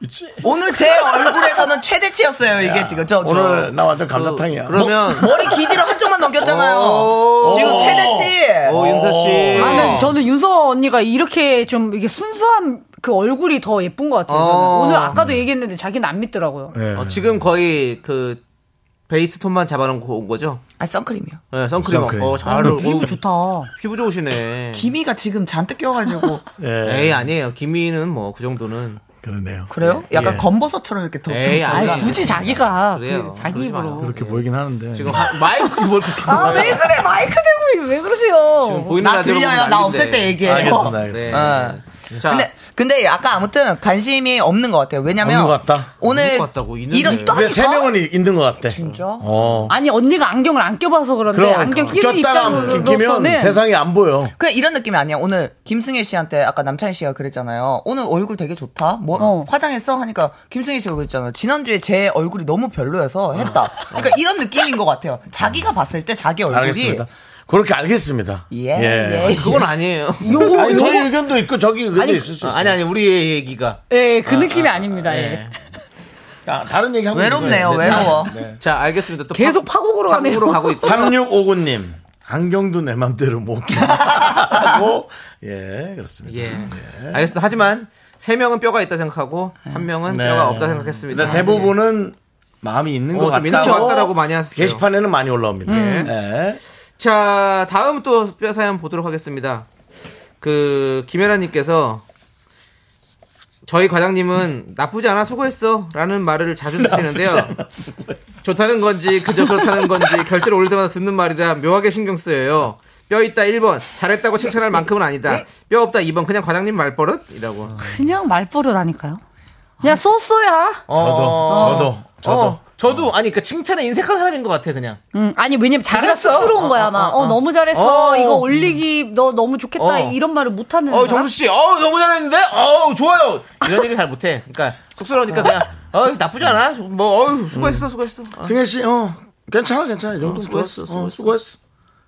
있지? 오늘 제 얼굴에서는 최대치였어요 이게 지금 저, 저. 오늘 나 완전 감자탕이야. 그럼- 그러면- 머, 리 길이로 한쪽만 넘겼잖아요. 오. 지금 최대치. 오, 어, 윤서 씨. 뭐, 아, 네. 저는 윤서 언니가 이렇게 좀 이게 순수한 그 얼굴이 더 예쁜 것 같아요. 저는. 어. 오늘 아까도 얘기했는데 자기는 안 믿더라고요. 예. 어, 지금 거의 그 베이스 톤만 잡아놓고 온 거죠? 아 선크림이요. 예, 선크림. 선크림. 어, 잘 어울- 피부 어우, 좋다. 피부 좋으시네. 기미가 지금 잔뜩 껴가지고 예. 에이 아니에요. 김희는 뭐 그 정도는 그러네요. 그래요? 약간 예. 검버섯처럼 이렇게 덮. 에이, 덮- 아니, 아니, 굳이 자기가 그래요. 그 자기 그러지 마요. 입으로. 그렇게 보이긴 하는데 지금 하- 마이크 뭘 그렇게 아, 왜 그래? 마이크 대고 왜 그러세요? 지금 보이는 나 라디오 들려요. 보면 나 난리인데. 없을 때 얘기해요. 알겠습니다. 알겠습니다. 네. 어. 자, 근데 근데 아까 아무튼 관심이 없는 것 같아요. 왜냐면 없는 것 같다? 오늘 없는 것 같다고, 있는데. 이런 또 근데 하니까 세 명은 이- 있는 것 같아. 진짜? 어. 아니, 언니가 안경을 안 껴봐서 그런데 그럼 안경 끼는 꼈다가 안 끼면 입장으로서는 세상이 안 보여. 그냥 이런 느낌이 아니야. 오늘 김승혜 씨한테 아까 남창희 씨가 그랬잖아요. 오늘 얼굴 되게 좋다. 뭐 어. 화장했어 하니까 김승혜 씨가 그랬잖아요. 지난주에 제 얼굴이 너무 어. 별로여서 했다. 그러니까 이런 느낌인 것 같아요. 자기가 봤을 때 자기 얼굴이 알겠습니다. 그렇게 알겠습니다. 예. 예. 그건 아니에요. 아니, 저희 의견도 있고 저기 의견도 있을 수 있어요. 아니 아니 우리의 얘기가. 예, 그 느낌이 아닙니다. 예. 예. 아, 다른 얘기 하고 외롭네요. 있는 거예요. 외로워. 자 알겠습니다. 또 계속 파- 파국으로 가네요. 파국으로 가고 있고. 3659님. 안경도 내 맘대로 못 끼고. 예, 그렇습니다. 예. 알겠습니다. 하지만 세 명은 뼈가 있다 생각하고 한 명은 네. 뼈가 없다 생각했습니다. 근데 대부분은 마음이 있는 어, 것 좀 같다. 있는 것 같다라고 많이 하세요. 음. 게시판에는 많이 올라옵니다. 네. 자, 다음 또 사연 보도록 하겠습니다. 그 김혜라님께서 저희 과장님은 나쁘지 않아 수고했어라는 말을 자주 쓰시는데요. 좋다는 건지 그저 그렇다는 건지 결제를 올릴 때마다 듣는 말이라 묘하게 신경 쓰여요. 뼈 있다 1번 잘했다고 칭찬할 만큼은 아니다. 뼈 없다 2번 그냥 과장님 말버릇이라고. 그냥 말버릇 아닐까요? 그냥 소소야. 어. 저도 저도 어, 저도 아니 그러니까 칭찬에 인색한 사람인 것 같아 그냥. 음, 아니 왜냐면 자기가 잘했어. 스스로 온 거야 아마. 어, 너무 잘했어. 어. 이거 올리기 너 너무 좋겠다. 어. 이런 말을 못 하는. 어 정수 씨, 어 너무 잘했는데, 어 좋아요. 이런 얘기 잘 못해. 그러니까 쑥스러우니까 그냥 어 나쁘지 않아. 뭐 어휴 수고했어 수고했어. 어. 승혜 씨, 어, 괜찮아, 괜찮아. 이 정도 수고했어, 수고했어. 어, 수고했어.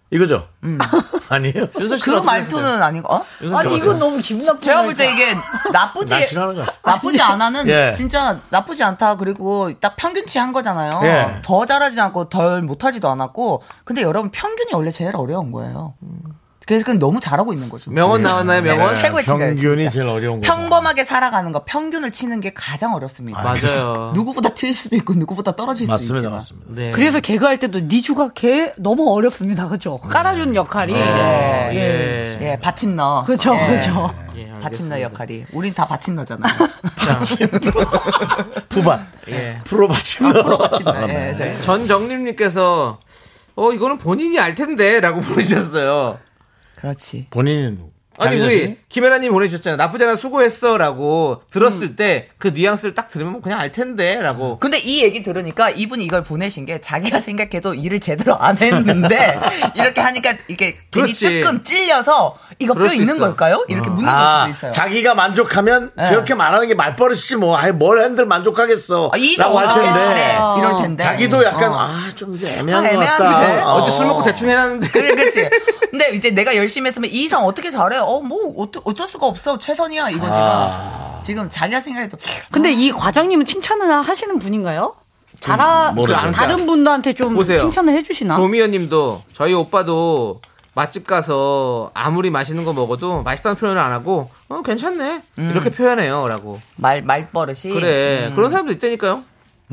이거죠? 아니에요? 그런 말투는 아니고. 어? 윤서 씨가 어때요? 너무 기분 나쁘 제가 볼 때 이게 나쁘지 나 싫어하는 거야. 나쁘지 않아는 예. 진짜 나쁘지 않다. 그리고 딱 평균치 한 거잖아요. 예. 더 잘하지 않고 덜 못하지도 않았고. 근데 여러분 평균이 원래 제일 어려운 거예요. 그래서 그냥 너무 잘하고 있는 거죠. 네, 명언 나왔나요, 명언? 최고의 칭찬. 평균이 제일 어려운 거. 평범하게 살아가는 거 평균을 치는 게 가장 어렵습니다. 맞아요. 누구보다 튈 수도 있고 누구보다 떨어질 수도 맞습니다, 있지만. 맞습니다. 네, 예. 그래서 개그할 때도 네 니주가 개 너무 어렵습니다. 그죠? 음. 깔아주는 역할이. 네. 예. 예. 예. 예, 받침너. 그죠, 예. 그죠. 받침너 역할이. 우린 다 받침너잖아. 음. 부반. 예. 프로 받침너. 아, 네. 예, 저희. 전정림님께서 어 이거는 본인이 알 텐데라고 보내주셨어요. 그렇지. 본인은 누구? 아니 장윤 우리 씨? 김혜라님 보내주셨잖아요. 나쁘지 않아 수고했어라고 들었을 때 그 뉘앙스를 딱 들으면 그냥 알 텐데라고. 근데 이 얘기 들으니까 이분이 이걸 보내신 게 자기가 생각해도 일을 제대로 안 했는데 이렇게 하니까 이렇게 괜히 그렇지. 뜨끔 찔려서 이거 뼈 그럴 수 있는 있어. 걸까요? 이렇게 묻는 걸 아, 수도 있어요. 자기가 만족하면 네. 그렇게 말하는 게 말버릇이지 뭐. 아이 뭘 핸들 만족하겠어. 아, 이 라고 할 정도 텐데. 잘해. 이럴 텐데. 자기도 약간 어. 아, 좀 이게 애매한 아, 것 애매한데? 같다. 어제 술 먹고 대충 해놨는데. 그래, 그렇지. 근데 이제 내가 열심히 했으면 이 이상 어떻게 잘해? 어, 뭐, 어쩌, 어쩔 수가 없어. 최선이야. 이거지만. 아. 지금 자기가 생각해도. 근데 이 과장님은 칭찬을 하시는 분인가요? 잘하 모르겠어요. 아. 다른 분들한테 좀 음, 뭐, 보세요. 칭찬을 해주시나? 조미연님도 저희 오빠도 맛집 가서 아무리 맛있는 거 먹어도 맛있다는 표현을 안 하고 어 괜찮네 이렇게 표현해요라고. 말 말버릇이. 예. 음, 그래 그런 사람도 있다니까요.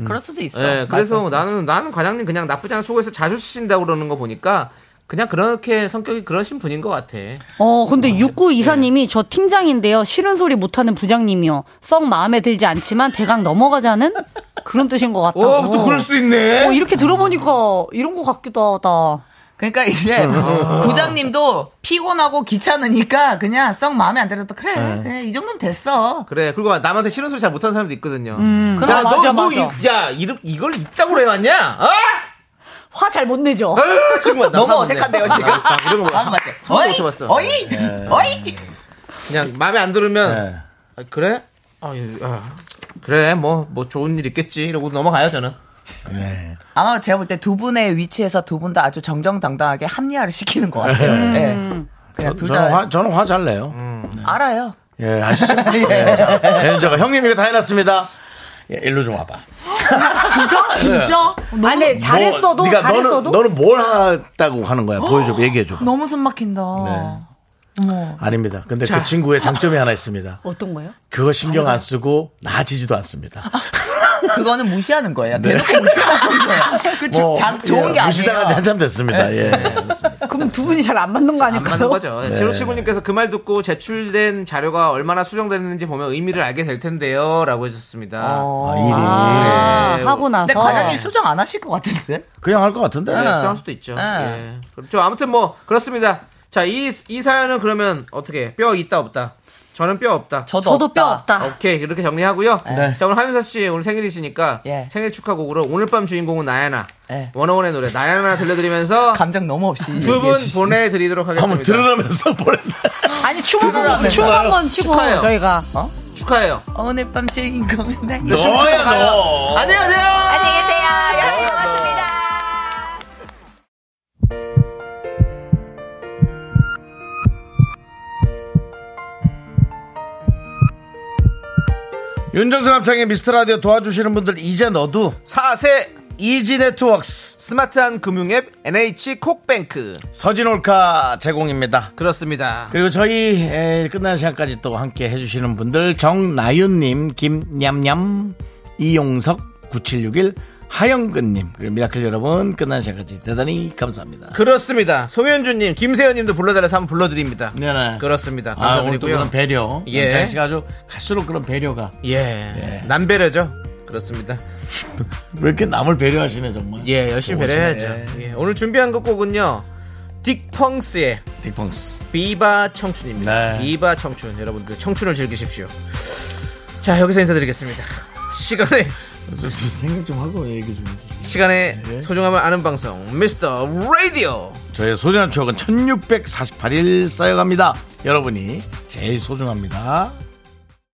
그럴 수도 네, 있어. 예, 그래서 말버릇은. 나는 나는 과장님 그냥 나쁘지 않은 수고해서 자주 쓰신다고 그러는 거 보니까 그냥 그렇게 성격이 그러신 분인 것 같아. 어, 근데 육구 네. 이사님이 저 팀장인데요. 싫은 소리 못하는 부장님이요. 썩 마음에 들지 않지만 대강 넘어가자는 그런 뜻인 것 같다. 어, 또 그럴 수도 있네. 어, 이렇게 들어보니까 이런 것 같기도 하다. 그러니까 이제 어. 부장님도 피곤하고 귀찮으니까 그냥 썩 마음에 안 들어도 그래. 네. 그냥 이 정도면 됐어. 그래 그리고 남한테 싫은 소리 잘 못하는 사람도 있거든요. 음. 그래, 야, 너 맞아, 뭐 맞아. 이- 야 이름 이걸 있다고 해왔냐? 화 잘 못 어? 내죠. 정말 나 너무 화났네. 어색한데요, 지금? 아, 나 이런 거 아, 맞아. 한 번도 어이? 못 해봤어. 네. 어이? 어이? 그냥 마음에 안 예. 들으면 네. 아, 그래? 아, 예, 아, 그래 뭐 뭐 좋은 일 있겠지 이러고 넘어가요 저는. 아마 제가 볼 때 두 분의 위치에서 두 분 다 아주 정정당당하게 합리화를 시키는 것 같아요. 음. 예. 그냥 둘 저는 다 화, 저는 화 잘 내요. 알아요. 예, 아시죠? 예. 매니저가 형님 이거 다 해놨습니다. 예, 일로 좀 와봐. 진짜? 진짜? 네. 아니, 잘했어도, 뭐, 네가 잘했어도. 너는, 너는 뭘 했다고 하는 거야? 보여줘, 얘기해줘. 너무 숨 막힌다. 네. 어머. 아닙니다. 근데 자. 그 친구의 장점이 하나 있습니다. 어떤 거예요? 그거 신경 안 쓰고 나아지지도 않습니다. 그거는 무시하는 거예요. 네. 대놓고 무시하는 거예요. 그 뭐, 장, 좋은 예, 게 아니에요. 무시당한 지 한참 됐습니다. 예. 그럼 두 분이 잘 안 맞는 거 아닐까요? 맞는 거죠. 네. 지로칠구님께서 그 말 듣고 제출된 자료가 얼마나 수정됐는지 보면 의미를 알게 될 텐데요라고 해주셨습니다. 어. 뭐 일이. 아, 네. 하고 나서. 근데 과장님 수정 안 하실 것 같은데? 그냥 할 것 같은데. 네, 수정할 수도 있죠. 예. 그렇죠. 아무튼 뭐 그렇습니다. 자, 이, 이 사연은 그러면 어떻게 해요? 뼈 있다 없다? 저는 뼈 없다. 저도 저도 없다. 뼈 아. 없다. 오케이 이렇게 정리하고요. 네. 자 오늘 하윤서 씨 오늘 생일이시니까 예. 생일 축하곡으로 오늘 밤 주인공은 나야나 예. 원어원의 노래 나야나 들려드리면서 감정 너무 없이. 두 분 얘기해주시- 보내드리도록 하겠습니다. 한번 들으면서 보내. 아니, 춤을, 들어가면 춤 좋아요. 한번 치고 축하해요. 저희가. 어? 축하해요. 오늘 밤 주인공은 나. 너야 너. 안녕하세요. 안녕히 계세요. 여러분 고맙습니다. 윤정수 남창의 미스터 라디오 도와주시는 분들 이제 너도 4세 이지 네트워크스 스마트한 금융앱 NH 콕뱅크 서진올카 제공입니다. 그렇습니다. 그리고 저희 에, 끝나는 시간까지 또 함께 해주시는 분들 정나윤님, 김냠냠, 이용석 9761 하영근님 그리고 미라클 여러분 끝난 시간까지 대단히 감사합니다. 그렇습니다. 송현주님, 김세현님도 불러달라서 한번 불러드립니다. 네네. 그렇습니다. 아, 오늘 또 감사드리고요. 그런 배려. 예. 남창희 씨가 아주 갈수록 그런 배려가. 예. 남배려죠. 그렇습니다. 왜 이렇게 남을 배려하시네 정말. 예, 열심히 배려해야죠. 예, 오늘 준비한 것 곡은요. 딕펑스의 예. 딕펑스 비바 청춘입니다. 비바 청춘 여러분들 그 청춘을 즐기십시오. 자 여기서 인사드리겠습니다. 시간에 생각 좀 하고 얘기 좀. 시간의 소중함을 아는 방송 미스터 라디오. 저의 소중한 추억은 1648일 쌓여갑니다. 여러분이 제일 소중합니다.